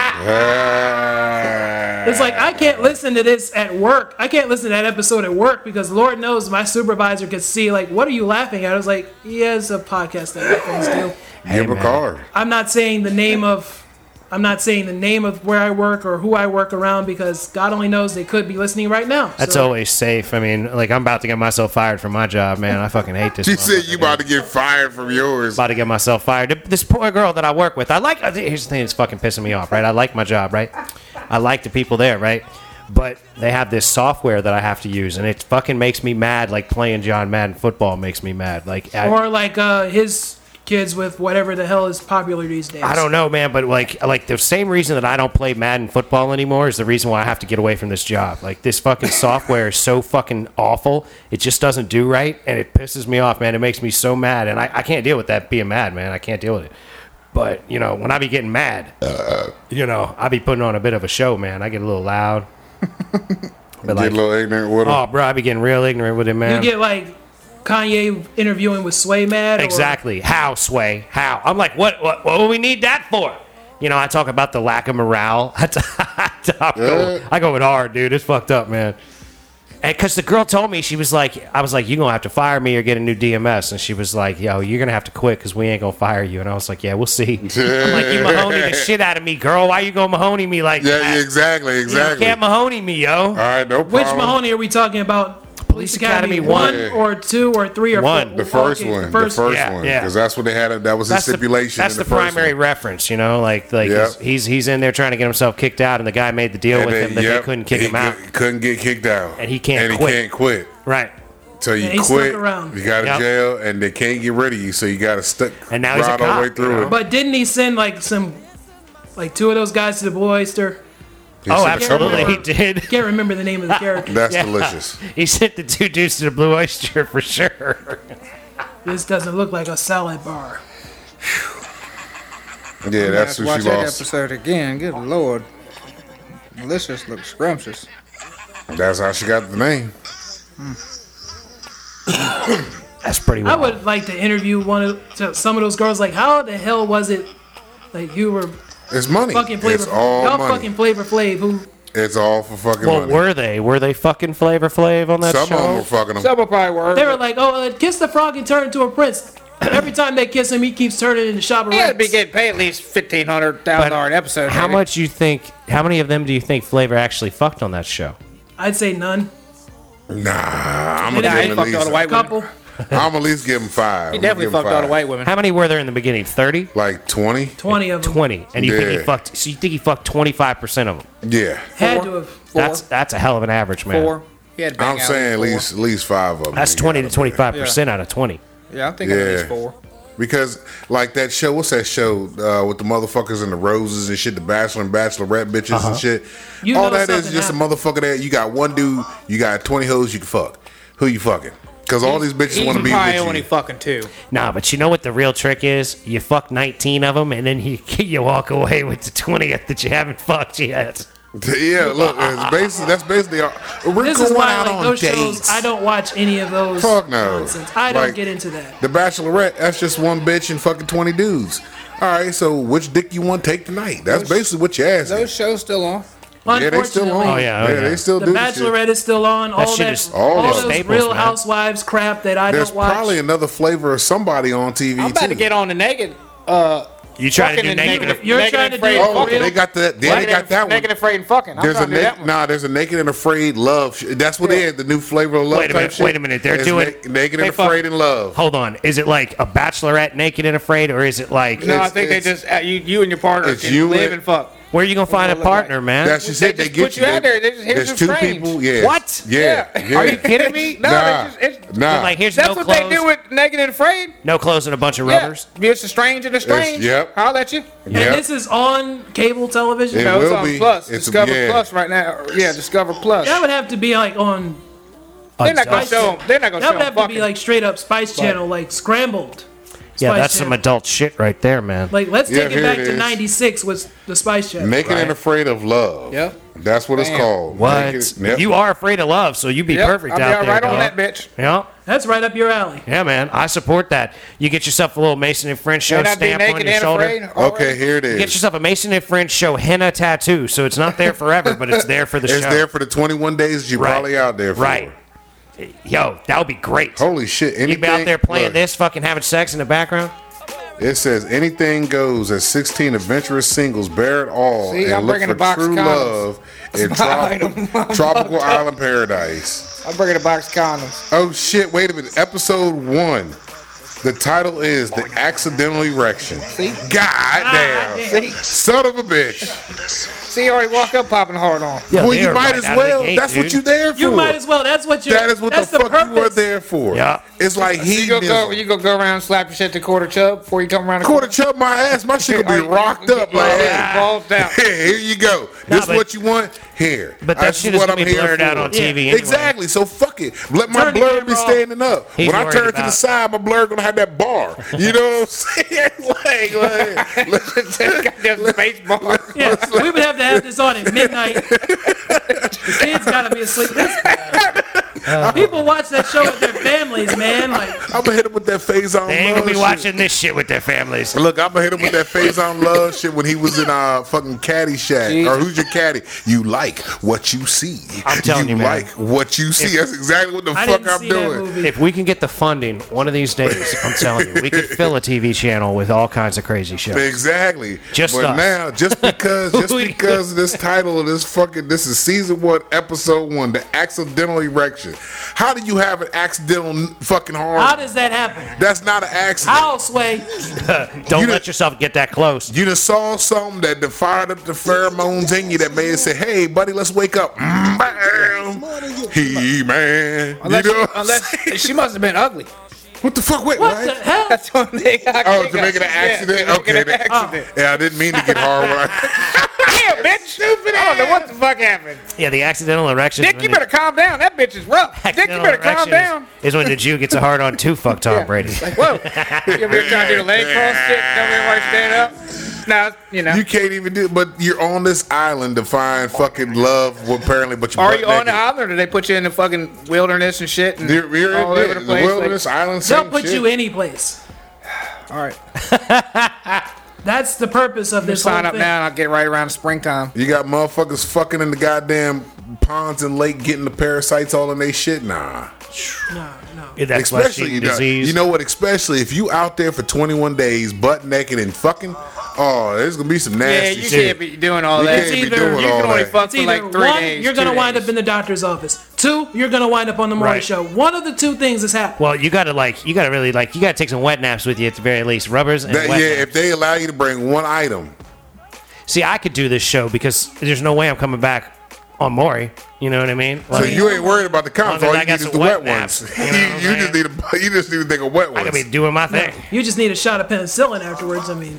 Ah.
It's like I can't listen to this at work. I can't listen to that episode at work because Lord knows my supervisor could see. Like, what are you laughing at? I was like, "Yeah, it's a podcast that happens do."
Give him a
man.
card.
I'm not saying the name of I'm not saying the name of where I work or who I work around because God only knows they could be listening right now.
That's
So,
always safe. I mean, like I'm about to get myself fired from my job, man. I fucking hate this.
She said
motherfucker,
you
dude.
about to get fired from yours.
about to get myself fired. This poor girl that I work with, I like. uh, Here's the thing that's fucking pissing me off, right? I like my job, right? I like the people there, right? But they have this software that I have to use, and it fucking makes me mad. Like playing John Madden football makes me mad. Like I,
Or like uh, his kids with whatever the hell is popular these days.
I don't know, man. But like, like the same reason that I don't play Madden football anymore is the reason why I have to get away from this job. Like this fucking software is so fucking awful. It just doesn't do right, and it pisses me off, man. It makes me so mad, and I, I can't deal with that being mad, man. I can't deal with it. But you know, when I be getting mad,
Uh,
you know, I be putting on a bit of a show, man. I get a little loud. But
get
like,
a little ignorant with him.
oh, bro, I be getting real ignorant with it, man.
You get like Kanye interviewing with Sway Mad. or-
Exactly. How, Sway? How? I'm like, what, what, what do we need that for? You know, I talk about the lack of morale. I, t- I talk- I go with hard, dude. It's fucked up, man. And because the girl told me, she was like, I was like, you're going to have to fire me or get a new DMS. And she was like, yo, you're going to have to quit because we ain't going to fire you. And I was like, yeah, we'll see. I'm like, you Mahoney the shit out of me, girl. Why you going to Mahoney me like
yeah,
that?
yeah, exactly, exactly.
You can't Mahoney me, yo.
All right, no problem.
Which Mahoney are we talking about? Police
Academy
one
one.
or two or three or
One.
four?
The first
Okay,
one, the
first-
first one,
yeah,
'cause one,
yeah.
because that's what they had. That was his stipulation.
The, that's
in
the,
the, first
primary
One.
reference, you know. Like, like
Yep.
he's he's in there trying to get himself kicked out, and the guy made the deal with him that
yep,
they couldn't kick
he
him out.
cou- Couldn't get kicked out,
And he can't
And
quit.
he can't quit.
Right.
So you
And he stuck
quit.
around.
You got to
Yep.
jail, and they can't get rid of you. So you got to stuck.
And now he's a
ride all the way
cop,
through
you know?
it.
But didn't he send like some, like two of those guys to the Blue Oyster?
He
Oh,
said, "Come
absolutely,
on."
he did.
Can't remember the name of the character.
That's
Yeah.
delicious.
He sent the two dudes to the Blue Oyster for sure.
This doesn't look like a salad bar.
Yeah, that's who
watch
she
that
lost.
episode again. Good lord, Delicious looks scrumptious.
That's how she got the name.
That's pretty
I
wild.
would like to interview one of to some of those girls. Like, how the hell was it? Like, you were
It's money.
fucking flavor.
It's all
y'all
money.
fucking flavor Flav. Who?
It's all for fucking
well,
money.
were they? Were they fucking Flavor Flav on that
Some
show?
of them were fucking them.
Some will probably were.
They were like, oh, uh, kiss the frog and turn into a prince. Every time they kiss him, he keeps turning into Shabba
he had to be
Rex.
getting paid at least fifteen hundred thousand dollars an episode.
How
maybe.
much you think? How many of them do you think Flavor actually fucked on that show?
I'd say none.
Nah, I'm gonna
Nah, he
give him
fucked all
at
the
least.
white
Couple.
women.
I'm at least give him five.
He definitely fucked all the white women.
How many were there in the beginning? Thirty.
Like twenty.
Twenty of them.
Twenty. And you think he
Yeah.
fucked? So you think he fucked twenty-five percent of them?
Yeah.
Had to have.
Four.
That's that's a hell of an average, man.
four. He had to bang
I'm
out
saying at
four.
least at least five of them.
That's
He
twenty
got
to
them.
twenty-five percent out of twenty.
Yeah, I'm thinking at
Yeah.
least four.
Because like that show, what's that show uh, with the motherfuckers and the roses and shit, the bachelor and bachelorette bitches
Uh-huh.
and shit.
You
All
know
that is
something
just
happened.
a motherfucker that you got one dude, you got twenty hoes you can fuck. Who you fucking? Because all these bitches
He's
want to be
probably only
with you.
fucking two.
Nah, but you know what the real trick is? You fuck 19 of them, and then you you walk away with the 20th that you haven't fucked yet.
Yeah, look, it's basically, that's basically our, we're
This
going
is why
out
like,
on
those
dates.
shows, I don't watch any of those.
Fuck no.
nonsense. I don't
Like-
get into that.
The Bachelorette, that's just one bitch and fucking twenty dudes. All right, so which dick you want to take tonight? That's basically what you asking.
Those shows still on.
yeah, they still on.
Unfortunately,
Oh, yeah, oh,
yeah,
yeah.
they still
The
do. this shit.
Bachelorette is still on. All
shit
that,
is-
all
all
of
those
it.
Staples,
Real
man.
Housewives crap that I
There's
don't watch.
probably another flavor of somebody on TV
I'm about
too.
to get on the naked. Uh,
You trying to
fucking
do
and
negative?
negative.
You're
negative
trying to do
afraid
it
and
oh,
for
fucking.
real?
they got that. Yeah, they
Negative-
got that one.
Negative, afraid and fucking. I'm
There's a
trying to do that
na-
one.
nah. There's a naked and afraid love. Sh- that's what it is. The new flavor of love.
Wait a
type
minute,
shit.
wait a minute, they're
It's
doing-
naked
They
and
fuck-
afraid and love.
Hold on. Is it like a bachelorette naked and afraid, or is it like
No, I
It's-
think they
it's-
just uh, you, you and your partner
it's
can
you
live
and-
and fuck.
where are you gonna find a
look like?
partner, man?
That's just
They
it. They
just
get
put you out there. They just- here's
There's
your
two
frames.
people. Yeah.
What?
Yeah. yeah.
Are you kidding me? No,
nah.
they just, it's,
nah.
They're like here's
that's
no
what
clothes,
they do with naked and afraid.
no clothes and a bunch of
Yeah,
rubbers.
it's a strange and a strange.
yep.
I'll let you.
and
Yep.
this is on cable television.
It
No, it's
will
on
be.
Plus.
It's-
Discover
yeah.
Plus right now. Yeah, Discover Plus.
That would have to be like on.
they're not gonna
Adult-
show. 'em- They're not gonna
That
show.
would
'em
have to be
fucking.
like straight up Spice Channel, like scrambled.
yeah,
Spice
that's some
Channel.
adult shit right there, man.
Like let's
Yeah,
take
here
it back
it
to
is.
'96 with the Spice Channel.
Naked and afraid of love.
Yep.
That's what it's
Damn.
called.
what?
Naked- yep.
You are afraid of love, so you be
Yep,
perfect
I'll be
out
all
there.
right on
dog.
that bitch.
Yeah.
That's right up your alley.
Yeah, man, I support that. You get yourself a little Mason and French show
Can I be
stamp on
naked
your
and
shoulder.
afraid? All
Okay,
right.
here it
Get
is.
yourself a Mason and French show henna tattoo, so it's not there forever, but it's there for the
It's
show.
there for the 21 days you're
Right.
probably out there for.
Right. Yo, that would be great.
Holy shit. Anything,
you be out there playing
look,
this, fucking having sex in the background.
It says anything goes as 16 adventurous singles bear it all
See,
and
I'm
look
bringing
for
the box
true
condoms.
love in trop- tropical island paradise.
I'm bringing a box of condoms.
Oh shit, wait a minute. Episode 1. The title is The Accidental Erection. God
Ah,
damn.
See,
Son of a bitch.
see, you already walk up popping hard on.
Yeah,
well,
they
you
are
might
right
as
out of the
well.
gate,
That's
dude.
what you there for.
You might as well. That's what you.
That is what
that's
the, fuck you were
purpose.
there for.
Yeah.
It's like
You go, go,
hedonism.
you go, go around slap your shit to quarter chub before you come around. the
Quarter chub my ass. My shit gonna be
All right,
rocked up.
yeah,
Like,
yeah,
hey,
balls down.
here you go. This
but-
what you want? Here.
But that
This
shit is
what
gonna
I'm
be
here
blurred out
for.
on TV. anyway.
Exactly. So fuck it. Let my
Turn the
blur be
camera off.
standing up.
He's
when I
worried
turn to the
about-
side, my blur gonna have that bar. You know what I'm saying? like, like, let's-
Goddamn space bar.
Yeah, we would have to have this on at midnight. the kids gotta be asleep. That's- People watch that show with their families, man. Like
I'm gonna hit him with that phase on.
They ain't
love
gonna be
shit.
watching this shit with their families.
Look, I'm gonna hit him with that phase on love shit when he was in uh fucking caddy shack. Or who's your caddy? You like what you see.
I'm telling you, man.
like what you see. That's exactly what the
I
fuck
didn't
I'm
see that
doing.
movie.
If we can get the funding one of these days, I'm telling you, we could fill a TV channel with all kinds of crazy shit.
Exactly.
Just
but
us.
now, just because, just
We-
because this title of this fucking, this is season one, episode one, the accidental erection. How do you have an accidental n- fucking
How
hard?
does that happen?
That's not an accident.
How sway?
Don't
You
let
done-
yourself get that close.
You done saw something that done fired up the pheromones in you that made it say, "Hey, buddy, let's wake up." Mm, He man, you
Unless,
know,
unless she must have been ugly.
what the fuck? Wait,
What the
what?
hell?
That's the only thing I
Oh,
think
to
of.
make it an
Yeah,
accident.
to make
okay,
it an
that-
accident.
yeah, I didn't mean to get hard. When I,
Damn, bitch. Stupid I don't know what the fuck happened.
Yeah, the accidental erection.
Dick, you better calm down. That bitch is rough. Dick, you better calm down.
Is, is when the Jew gets a hard on to fuck Tom
Yeah.
Brady.
Whoa. you ever trying to do the leg cross shit? Tell me why stand up. Now, you know.
you can't even do. But you're on this island to find fucking love. well, Apparently, but you're
are
butt
you on the
naked.
island or do they put you in the fucking wilderness and shit? And
You're, you're
all
in
over the place.
wilderness island.
They'll
same
put
shit.
you any place.
Like, all right.
That's the purpose of this
Sign
whole
up
thing.
now and I'll get right around springtime.
You got motherfuckers fucking in the goddamn ponds and lake, getting the parasites all in their shit. Nah.
No, no.
Yeah, That's
especially
especially
you know,
disease.
you know what? Especially if you out there for 21 days, butt naked and fucking. Oh, there's gonna be some
Yeah,
nasty
you
shit.
can't be doing all
You
that.
can't
It's
be
either-
doing
you
all
can only
that.
fuck
It's
for
either
like three
one,
days.
you're
two
gonna wind
days.
up in the doctor's office. Two, you're gonna wind up on the morning
Right.
show. One of the two things is happening.
well, you gotta like, you gotta really like, you gotta take some wet naps with you at the very least, rubbers and
That-
wet
yeah,
naps.
if they allow you to bring one item,
See, I could do this show because there's no way I'm coming back on Maury. You know what I mean?
so
Like,
you ain't worried about the
As
condoms.
long as
All
I got
you need is
some
the
wet
wet
naps,
ones.
you
You,
know what I'm
you just need a, you just need to think of wet
I
ones.
could be doing my thing.
You just need a shot of penicillin afterwards. I mean,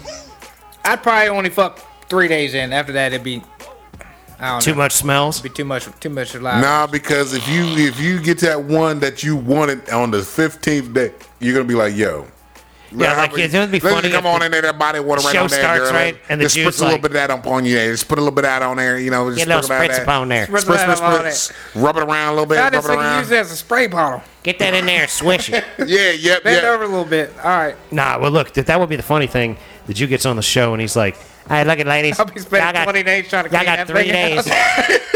I'd probably only fuck three days in. After that, it'd be. I don't
Too
know.
much smells.
Be too much. Too much alive.
Nah, because if you if you get that one that you wanted on the fifteenth day, you're gonna be like, yo, Let
like,
her-
it's gonna be
let her
funny if
Come on
the
in there, that body water right
show
on there,
starts,
girl.
right?
And
And the
just
dude's
spritz a little
like-
bit of that up on you. Just put a little bit of that on there. You know, just
Get a little
sprinkle
spritz
that-
up on there.
Spritz
Spritz,
that
spritz,
on there.
spritz. Rub it around a little bit.
I
Rub it
just like use
around.
it as a spray bottle.
Get that in there, swish it.
Yeah, yep,
Bend
yep.
over a little bit. All right.
Nah, well, look, that, that would be the funny thing. The Jew gets on the show and he's like, "Hey, look at ladies,
I'll be spending
y'all got-
20 days trying to
y'all
clean
got
that
three
thing
days.
out.
y'all got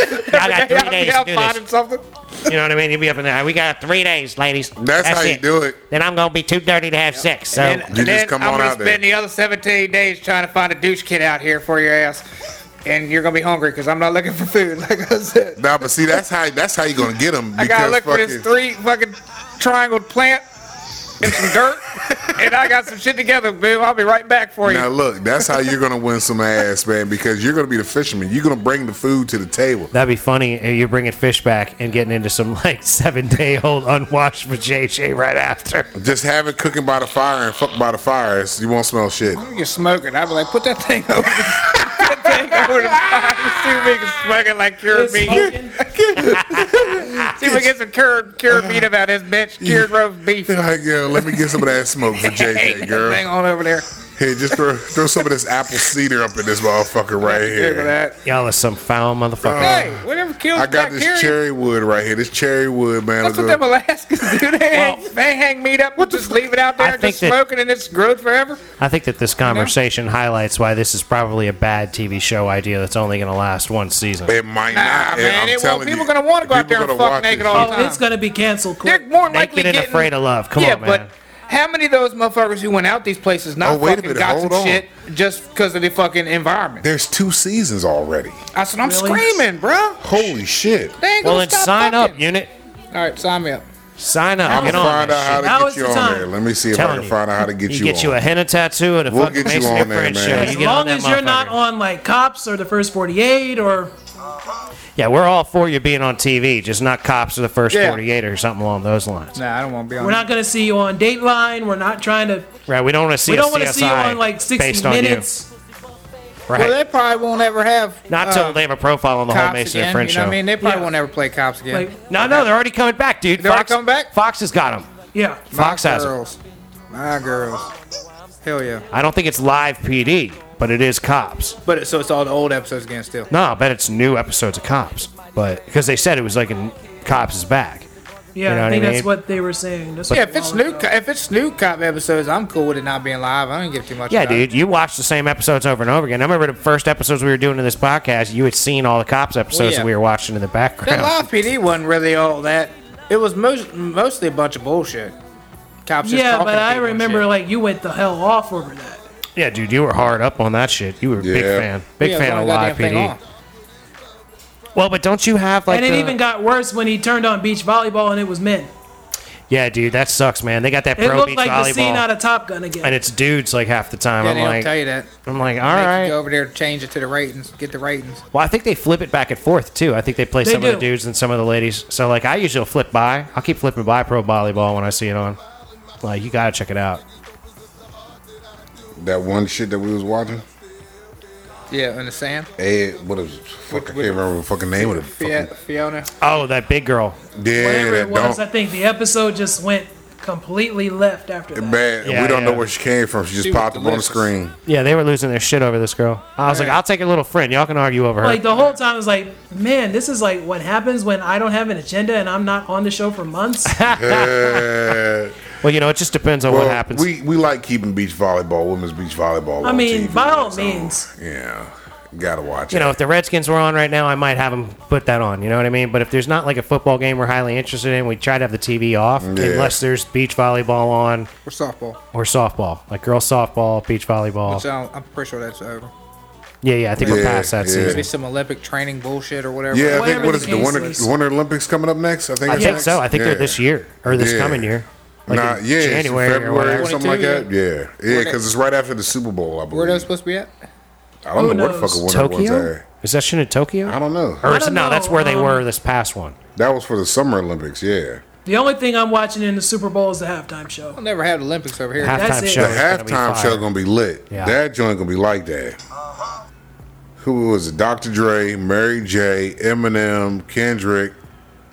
three days to do
finding
this.
something.
You know what I mean? You'll be up in there. We got three days, ladies.
That's how you do it.
Then I'm gonna be too dirty to have sex. So
and,
just
then
come
I'm
on
gonna
out there.
spend the other 17 days trying to find a douche kid out here for your ass. And you're going to be hungry because I'm not looking for food, like I said.
Nah, but see, that's how that's how you gonna get them.
I got to look for this three fucking triangle plant and some dirt. and I got some shit together, boo. I'll be right back for you.
Now look, that's how you're gonna win some ass, man, because you're gonna be the fisherman. You're gonna bring the food to the table.
that'd be funny. eh, if You're bringing fish back and getting into some like seven day old unwashed for JJ right after.
Just have it cooking by the fire and fuck by the fire. it's- You won't smell shit.
You're smoking. I'd be like, put that thing over. the- that thing over the fire. See if we can smoke it like cured meat.
Smoking.
See if we get some cured, cured meat about this bitch. Cured roast beef.
You're like, yo, let me get some of that smoke for JJ,
Hang
girl.
on over there.
Hey, just throw, throw some of this apple cedar up in this motherfucker right
Look at
here.
that.
Y'all are some foul motherfucker.
Hey, whatever kills
Uh, I got this
bacteria.
cherry wood right here. This cherry wood, man.
That's
was a-
what them Alaskans do. They, hang, they hang meat up and just leave it out
I
there and
think
just
that-
smoking and it's growth forever.
I think that this conversation highlights why this is probably a bad TV show idea that's only going to last one season.
It might
Nah,
not.
man,
I'm
it won't.
telling
People
you,
gonna wanna go out there
people gonna
and fuck
watch
naked
this
all the
shit.
time.
It's gonna be canceled quick.
They're more likely
Naked and
getting
afraid of love. Come
yeah,
on, man.
but how many of those motherfuckers who went out these places not
Oh, wait a
fucking
minute,
got
hold
some
on.
shit just because of the fucking environment?
There's two seasons already.
I said, I'm
Really?
screaming, bro.
Holy shit.
They ain't
Well,
gonna
then
stop
sign up,
fucking.
unit.
All right, sign me up.
Sign up.
I'm
Get
gonna
on.
find
that shit.
out how to
Now
get
is
you
the
on
time.
there. Let me see if I
Telling
can
you.
find out how to get
You
you,
get you
on.
a henna tattoo and a
We'll
fucking
get you
Mason
on
and
there,
Friend
man.
show.
As
You
As
get on
long
that
as you're not
motherfucker.
on like cops or the first 48 or
Yeah, we're all for you being on TV, just not cops or the first
Yeah.
48 or something along those lines.
Nah, I don't want to be on.
we're not gonna see you on Dateline. We're not trying to.
Right? We don't want to see
We
a
don't want to see you
CSI
on like 60
based on
Minutes.
you. Right.
Well, they probably won't ever have.
not
uh,
till they have a profile on the whole
cops
Mason
again.
and Friend
you know
show.
what I mean? They probably
Yeah.
won't ever play cops again.
Like,
no, no, they're already coming back, dude.
They're already
Fox,
coming back?
Fox has got them.
yeah.
Fox
My
has 'em.
girls. My girls. Hell yeah.
I don't think it's live PD, but it is cops.
But it, so it's all the old episodes again still.
No, I bet it's new episodes of Cops, but because they said it was like in Cops is back.
Yeah,
You know
I
what
think
I
that's
mean?
what they were saying. That's
Yeah,
what
if it's
Wallace
new,
said.
co- if it's new cop episodes, I'm cool with it not being live. I don't give too much.
Yeah,
about it.
dude, you watch the same episodes over and over again. I remember the first episodes we were doing in this podcast. You had seen all the Cops episodes
yeah.
that we were watching in the
That
background.
live PD wasn't really all that. It was most, mostly a bunch of bullshit. Cops. just
Yeah,
talking
but
to
I
people and
remember
shit.
like you went the hell off over that.
Yeah, dude, you were hard up on that shit. You were a big
Yeah.
fan, big
Yeah, it was
fan
on
of
the
Live
goddamn thing
PD.
on.
Well, but don't you have like?
and it
the-
even got worse when he turned on beach volleyball and it was men.
yeah, dude, that sucks, man. They got that
It
pro
looked
beach
like the scene
volleyball,
out of Top Gun again.
and it's dudes like half the time.
Yeah,
I'm
they don't
like,
tell you that.
I'm like, all
All right. go
right.
over there, change it to the ratings, get the ratings.
Well, I think they flip it back and forth too. I think they play
They
some of the
do.
dudes and some of the ladies. So like, I usually flip by. I'll keep flipping by pro volleyball when I see it on. Like, you gotta check it out.
That one shit that we was watching.
Yeah, in the sand.
Ed, what is fuck? I can't
with-
remember the fucking name of the fucking.
Fia- Fiona.
Oh, that big girl.
Yeah,
Whatever it
that
was, I
don't.
think the episode just went completely left after that.
Man,
Yeah,
we don't
yeah.
know where she came from. She just
She was
popped up on the
delicious.
screen.
Yeah, they were losing their shit over this girl. I was like, I'll take a little friend. Y'all can argue over her.
Like the whole time, I was like, man, this is like what happens when I don't have an agenda and I'm not on the show for months.
Yeah.
well, you know, it just depends on
well,
what happens.
We we like keeping beach volleyball, women's beach volleyball.
I
on
mean,
TV,
by all
so,
means.
Yeah, gotta watch
you
it.
know, if the Redskins were on right now, I might have them put that on. You know what I mean? But if there's not like a football game we're highly interested in, we try to have the TV off unless there's beach volleyball on
Or softball.
or softball, like girls softball, beach volleyball.
So I'm pretty sure that's over.
yeah, yeah, I think we're
Yeah,
past that
yeah.
season.
Maybe some Olympic training bullshit or whatever.
yeah, I
whatever
think what
the
is it, the
case
Winter,
is.
the Winter Olympics coming up next? I think.
I
it's
think
next?
so. I think
Yeah.
they're this year or this
Yeah.
coming year.
nah,
in
yeah, it's
January or
February or
whatever.
something like
22,
that. Yeah, yeah,
they-
because it's right after the Super Bowl. I believe.
Where are those supposed to be at?
I don't
Who
know
knows?
what fucking winter ones
Tokyo?
are.
Is that shit in Tokyo?
I don't know.
Or is
I
it,
don't
no,
know,
that's where they
um,
were this past one.
That was for the Summer Olympics. Yeah,
The only thing I'm watching in the Super Bowl is the halftime show.
I'll never have the Olympics over here.
Half-
That's
Halftime
it.
show.
the
It's gonna be
halftime
fire.
show gonna be lit.
Yeah.
That joint gonna be like that. Who was it? Dr. Dre, Mary J, Eminem, Kendrick,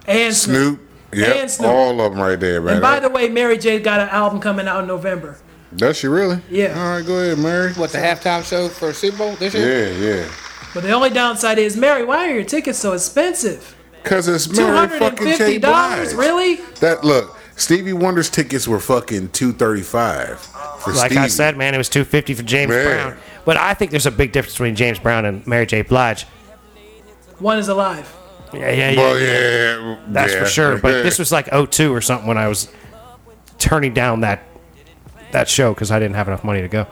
And Snoop.
Snoop. Yep,
And Snoop.
all of them right there, man.
And by the way, Mary J got an album coming out in November.
Does she really?
Yeah.
All right, go ahead, Mary.
What the halftime show for Super Bowl this year?
Yeah, yeah.
But the only downside is, Mary, why are your tickets so expensive?
Cause it's
Two
Mary
hundred and
fucking
fifty
J.
dollars,
Blige.
really?
That look, Stevie Wonder's tickets were fucking two thirty five for
Like I
Stevie.
said, man, it was 250 for James
Man.
Brown. But I think there's a big difference between James Brown and Mary J. Blige.
One is alive.
Yeah, yeah, yeah.
Well, yeah,
that's
yeah.
for sure. But this was like 02 or something when I was turning down that that show because I didn't have enough money to go.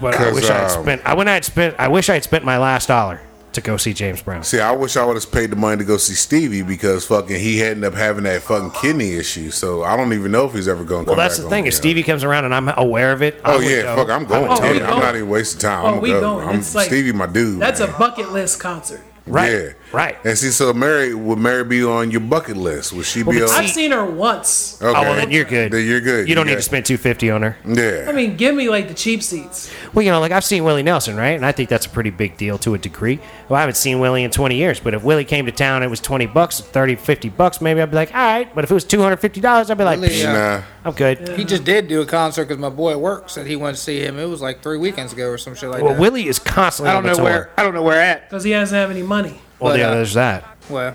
But I
'Cause,
wish I had
um,
spent. I when I had spent. I wish I had spent my last dollar to go see James Brown.
See, I wish I would have paid the money to go see Stevie because fucking he ended up having that fucking kidney issue. So I don't even know if he's ever going.
Well, that's the thing. If Stevie comes around and I'm aware of it, I
Oh
would
yeah,
go.
fuck!
I
I'm
would
going.
Oh,
totally
we
Tony. I'm
going.
not even wasting time.
Oh,
I'm
we
go.
going.
I'm
It's like-
Stevie, my dude.
That's
man.
a bucket list concert.
Right.
Yeah.
Right.
And see, so Mary would Mary be on your bucket list? Would she be
but
on?
I've seen her once.
Okay.
Oh, well, then you're good.
Then you're good.
You don't
You
need to
got-
spend 250 on her.
Yeah.
I mean, give me like the cheap seats.
Well, you know, like I've seen Willie Nelson, right? And I think that's a pretty big deal to a degree. Well, I haven't seen Willie in 20 years, but if Willie came to town, it was 20 bucks, 30, 50 bucks, maybe I'd be like, all right. But if it was $250, I'd be like,
Willie,
"Psh,
uh,
nah.
I'm good.
He just did do a concert because my boy at work said he went to see him. It was like three weekends ago or some shit like
Well,
that.
Willie is constantly
I don't
on the
know
tour.
where. I don't know where at.
Because he doesn't have any money.
Well,
but,
yeah,
uh,
there's that.
Well,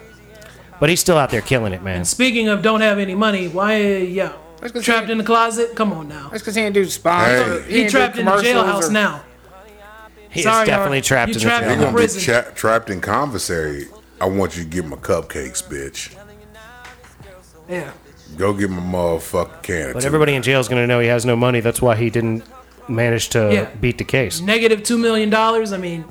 But he's still out there killing it, man.
Speaking of don't have any money, why, yeah.
Let's go
Trapped
see-
in the closet? Come on now.
that's because he didn't do sponsor.
Hey.
didn't
He
do
trapped in the
commercials
jailhouse
or-
now.
He
Sorry,
is definitely
Art.
trapped
You
in
trapped
the jail.
They're
in-
gonna be
Prison.
cha- trapped in conversary. I want you to get my cupcakes, bitch.
Yeah.
Go get my motherfucking can. of
But
tuna.
everybody in jail is going to know he has no money. That's why he didn't manage to
Yeah.
beat the case.
Negative $2 million. I mean,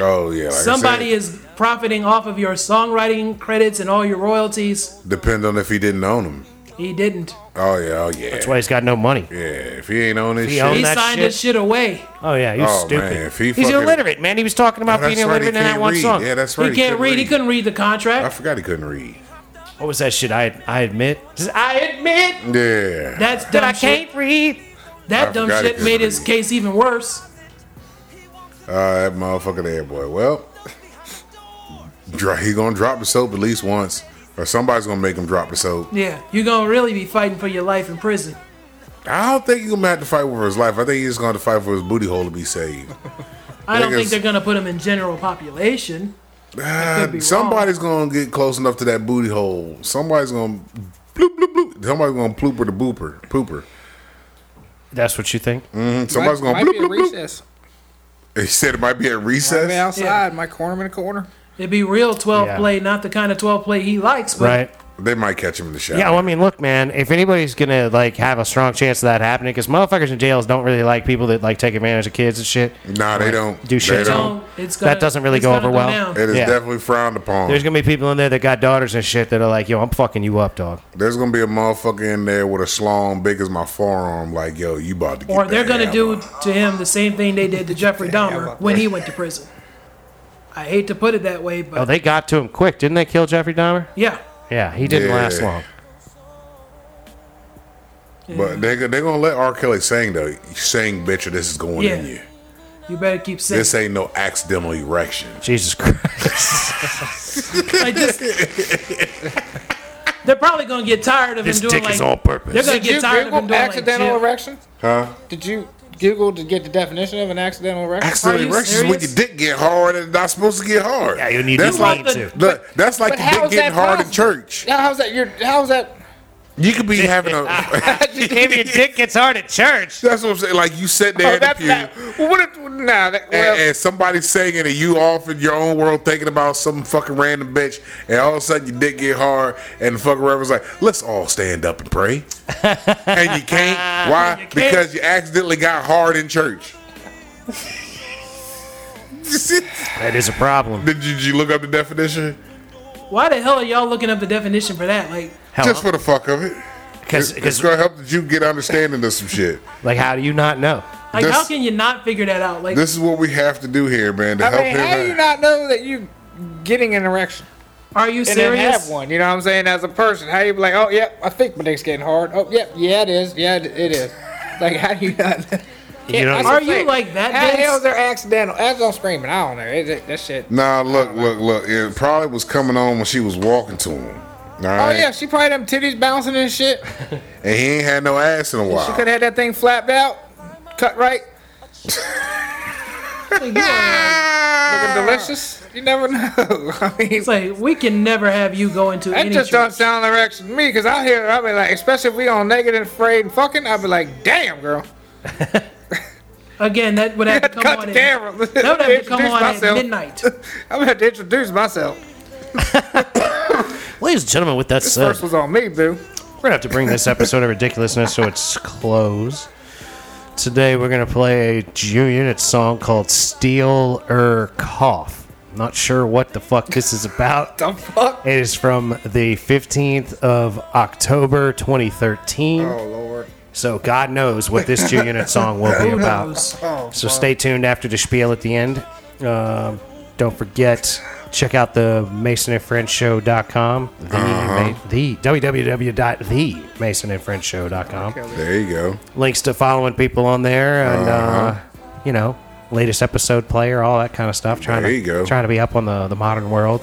Oh yeah. Like
somebody
I said,
is profiting off of your songwriting credits and all your royalties.
Depend on if he didn't own them.
He didn't.
Oh yeah. Oh yeah.
That's why he's got no money.
Yeah. If he ain't on this
He
shit.
owned
He
that
signed
shit.
his shit away.
Oh, yeah, he's
Oh,
stupid.
man, if he
he's
fucking-
illiterate, man. He was talking about
that's
being
right, he
illiterate in
can't
that one
read.
song.
Yeah, that's right.
He can't read. He couldn't read the
I
contract.
forgot he couldn't read.
What was that shit? I I admit. I admit
Yeah.
That's
that
dumb
I
shit.
can't read.
That
I
dumb
forgot he
shit
couldn't
made his
read.
case even worse.
Uh, that motherfucker there, boy. Well, dro- he gonna drop the soap at least once, or somebody's gonna make him drop the soap.
Yeah, you're gonna really be fighting for your life in prison.
I don't think he's gonna have to fight for his life. I think he's gonna have to fight for his booty hole to be saved.
I don't
Niggas-
think they're gonna put him in general population.
Ah,
could be
somebody's gonna get close enough to that booty hole. Somebody's gonna bloop bloop bloop. Somebody's gonna plooper the booper pooper.
That's what you think?
Mm, Somebody's
might,
gonna
might
bloop
be a
bloop bloop.
recess.
He said it might be at
Might be
recess.
outside. My corner in the corner.
It'd be real 12
Yeah.
play, not the kind of 12 play he likes. But
Right.
They might catch him in the shower.
Yeah, well, I mean, look, man, if anybody's going to, like, have a strong chance of that happening, because motherfuckers in jails don't really like people that, like, take advantage of kids and shit.
nah, they don't.
Do shit.
They don't.
Don't- it's gonna,
That doesn't really
it's
go
gonna
over well.
down.
It is
Yeah.
definitely frowned upon.
There's going to be people in there that got daughters and shit that are like, yo, I'm fucking you up, dog.
There's gonna be a motherfucker in there with a slong big as my forearm, like, yo, you about to get
Or they're gonna
that
do
hammer.
to him the same thing they did to Jeffrey Dahmer
fuck.
when he went to prison. I hate to put it that way,
Oh,
but
they got to him quick. Didn't they kill Jeffrey Dahmer?
yeah,
Yeah, he didn't
Yeah.
last long.
But they're they gonna let R. Kelly sing though. You Sing, bitch, or this is going in
Yeah.
you.
you better keep saying.
This ain't no accidental erection.
Jesus Christ.
I just, they're probably gonna get tired of
this
him doing
dick
like
is on purpose.
they're gonna
Did you
get tired of him
Google
doing
accidental
like, jail-
erection?
Huh?
Did you Google to get the definition of an accidental erection?
Are
Accidental
you
erections is when your
serious?
dick get hard and it's not supposed to get hard.
Yeah, you need
that's
to
like,
need to.
Look, that's like
But
your
how
dick
is that
getting hard in
possible?
church.
Now, how's that? Your how's that?
You could be having a.
if your dick gets hard at church,
that's what I'm saying. Like you sit there
Oh,
in the
that's
pew.
not. Well, what? If, nah, that, well,
and, and somebody's singing and you off in your own world thinking about some fucking random bitch and all of a sudden your dick get hard and the fucking reverend's like let's all stand up and pray and you can't why because you accidentally got hard in church did,
that is a problem.
you, did you look up the definition
Why the hell are y'all looking up the definition for that? Like,
Hell,
just for the fuck of it
Cause,
It- it's
'cause,
gonna help that you get understanding of some shit
like, how do you not know?
like how
This-
can you not figure that out? Like,
this is what we have to do here man to
I
help
mean,
him
how
out.
do you not know that you getting an erection
are you
and then
serious?
have one? You know what I'm saying? As a person, how you be like, oh yep, I think my dick's getting hard. Oh yep, yeah it is. Yeah it it is. Like how do you not?
You know,
That's
Are
the
you
thing.
like that,
How the
Vince?
hell is there accidental? That's all screaming. I don't know. It, it, that shit.
Nah, look, look, look. It probably was coming on when she was walking to him. All
Oh
right?
yeah, she probably had them titties bouncing and shit.
And he ain't had no ass in a
She could
while.
have had that thing flapped out, cut right, looking delicious. You never know. I mean,
It's like we can never have you go into
That
any
just
church.
don't sound like to me, because I hear, I'll be like, especially if we on Naked and Afraid and fucking, I'll be like, damn, girl.
Again, that would have to come
Cut
on.
the
at-
camera.
That would have to come on
Introduce
at
myself.
midnight.
I'm going to have to introduce myself.
Ladies and gentlemen, with that said,
First was on me, boo.
We're gonna have to bring this episode of ridiculousness to its close. Today we're gonna play a Jew Unit song called "Steel Er Cough." Not sure what the fuck this is about.
The fuck?
It is from the 15th of October 2013.
Oh, Lord.
So God knows what this Jew Unit song will be
Who
about.
knows?
So stay tuned after the spiel at the end. Um don't forget, check out the Mason and French Show.com. The,
Uh-huh.
ma- the www.themasonandfrenchshow.com.
There you go.
Links to following people on there and,
Uh-huh.
uh, you know, latest episode player, all that kind of stuff. Trying
There
to,
you go.
Trying to be up on the, the modern world.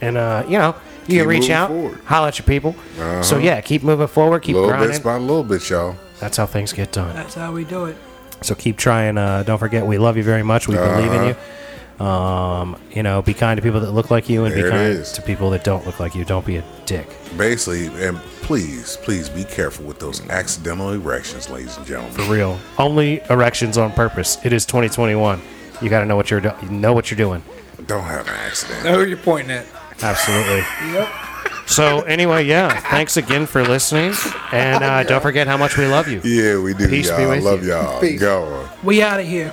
And, uh, you know, you
Keep
can reach
moving
out,
forward. Uh-huh.
holler at your people. So, yeah, keep moving forward, keep
Little
grinding.
bits by little bit, y'all.
That's how things get done.
That's how we do it.
So keep trying. Uh, don't forget, we love you very much. We believe in you. Um, you know, be kind to people that look like you, and
Uh-huh. There
be
it
kind
is.
to people that don't look like you. Don't be a dick.
Basically, and please, please be careful with those accidental erections, ladies and gentlemen.
For real. Only erections on purpose. It is 2021. You got to know what you're do- you know what you're doing.
Don't have an accident.
Know who you're pointing at.
Absolutely. yep. So anyway, yeah. Thanks again for listening, and uh, don't forget how much we love you.
Yeah, we do,
Peace be
y'all.
with
Love
you.
y'all.
Peace.
Go on.
We out of here.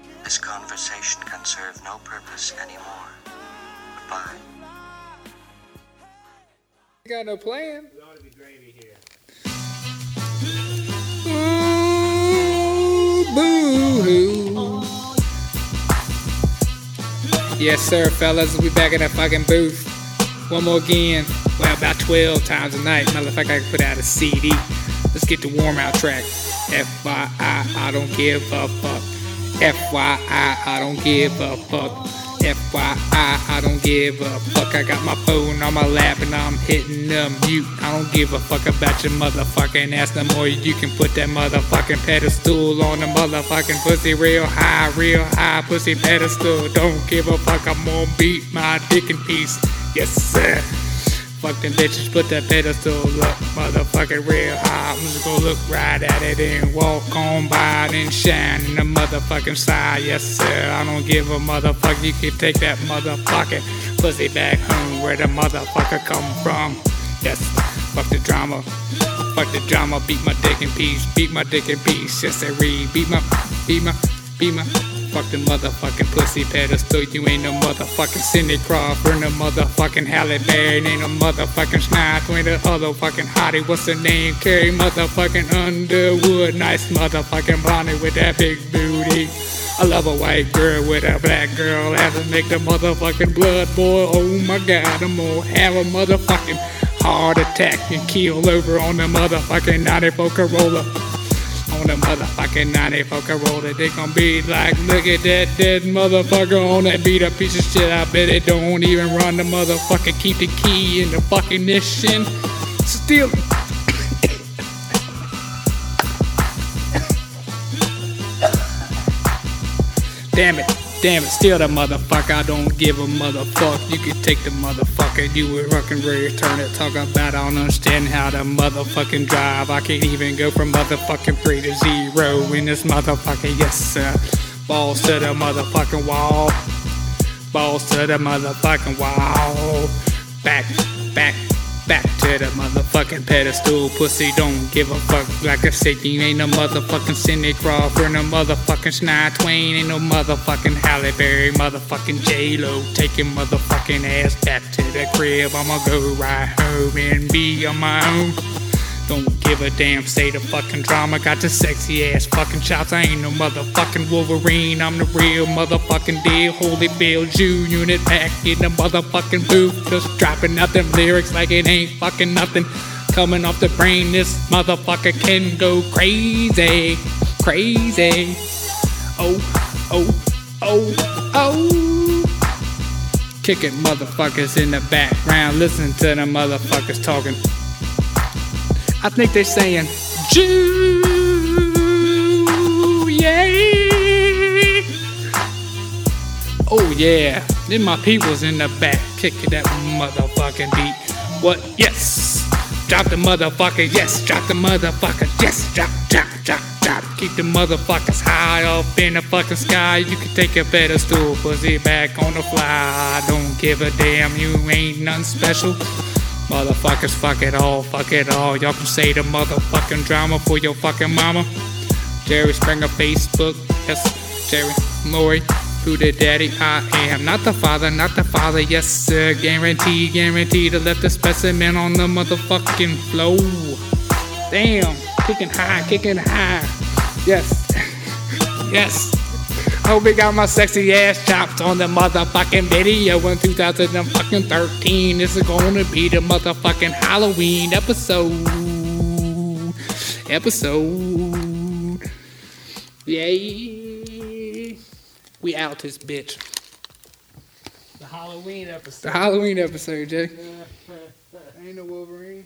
This conversation can serve no purpose anymore. Goodbye.
You got no plan. Yes, sir, fellas. We back in that fucking booth. One more again. Well, about 12 times a night. Motherfucker, I can put out a CD. Let's get the warm out track. FYI, I don't give a fuck. FYI, I don't give a fuck. FYI, I don't give a fuck. I got my phone on my lap and I'm hitting the mute. I don't give a fuck about your motherfucking ass no more. You can put that motherfucking pedestal on the motherfucking pussy real high, real high pussy pedestal. Don't give a fuck. I'm gonna beat my dick in peace. Yes, sir. Fuck them bitches, put that pedestal up, motherfucking real high. I'm just gonna look right at it and walk on by it and shine in the motherfucking side. Yes, sir, I don't give a motherfucker. You can take that motherfucking pussy back home where the motherfucker come from. Yes, fuck the drama. Fuck the drama, beat my dick in peace, beat my dick in peace. Yes, I read, beat my, beat my, beat my. Fuck the motherfucking pussy pedestal. You ain't no motherfucking Cindy Crawford, no motherfucking Halle Berry, ain't no motherfucking Snide, ain't the other fucking hottie. What's her name? Carrie motherfucking Underwood. Nice motherfucking Bonnie with that big booty. I love a white girl with a black girl. Have to make the motherfucking blood boil. Oh my god, I'm gonna have a motherfucking heart attack and keel over on the motherfucking 94 Corolla on the motherfucking 94 Corolla. They gon' be like, look at that dead motherfucker on that beat up piece of shit. I bet it don't even run the motherfucker. Keep the key in the fucking ignition. Steal it. Damn it, damn it, steal the motherfucker. I don't give a motherfucker. You can take the motherfucker. You were rockin' return it. Talk about I don't understand how to motherfucking drive. I can't even go from motherfucking three to zero in this motherfucker. Yes, sir. Balls to the motherfucking wall. Balls to the motherfucking wall. Back, back, Back to the motherfucking pedestal, pussy don't give a fuck. Like I said, you ain't no motherfucking Cindy Crawford, no motherfucking Snide Twain, ain't no motherfucking Halle Berry, motherfucking J-Lo. Take your motherfucking ass back to the crib, I'ma go right home and be on my own. Don't give a damn, say the fucking drama. Got the sexy ass fucking chops. I ain't no motherfucking Wolverine. I'm the real motherfucking deal. Holy Bill, Jew unit back in the motherfucking booth. Just dropping out them lyrics like it ain't fucking nothing. Coming off the brain, this motherfucker can go crazy. Crazy. Oh, oh, oh, oh kicking motherfuckers in the background. Listen to the motherfuckers talking. I think they're saying, Jew, yeah. Oh, yeah. Then my people's in the back kicking that motherfucking beat. What? Yes. Drop the motherfucker, yes. Drop the motherfucker, yes. Drop, drop, drop, drop. Keep the motherfuckers high up in the fucking sky. You can take a better stool, pussy back on the fly. I don't give a damn, you ain't nothing special. Motherfuckers, fuck it all, fuck it all. Y'all can say the motherfucking drama for your fucking mama. Jerry Springer, Facebook, yes, Jerry Lori, who the daddy I am. Not the father, not the father, yes, sir. Guarantee, guarantee to left the specimen on the motherfucking floor. Damn, kicking high, kicking high. Yes, yes. Hope we got my sexy ass chopped on the motherfucking video in 2013. This is gonna be the motherfucking Halloween episode. Episode. Yay. We out this bitch. The Halloween episode. The Halloween episode, Jay. ain't no Wolverine.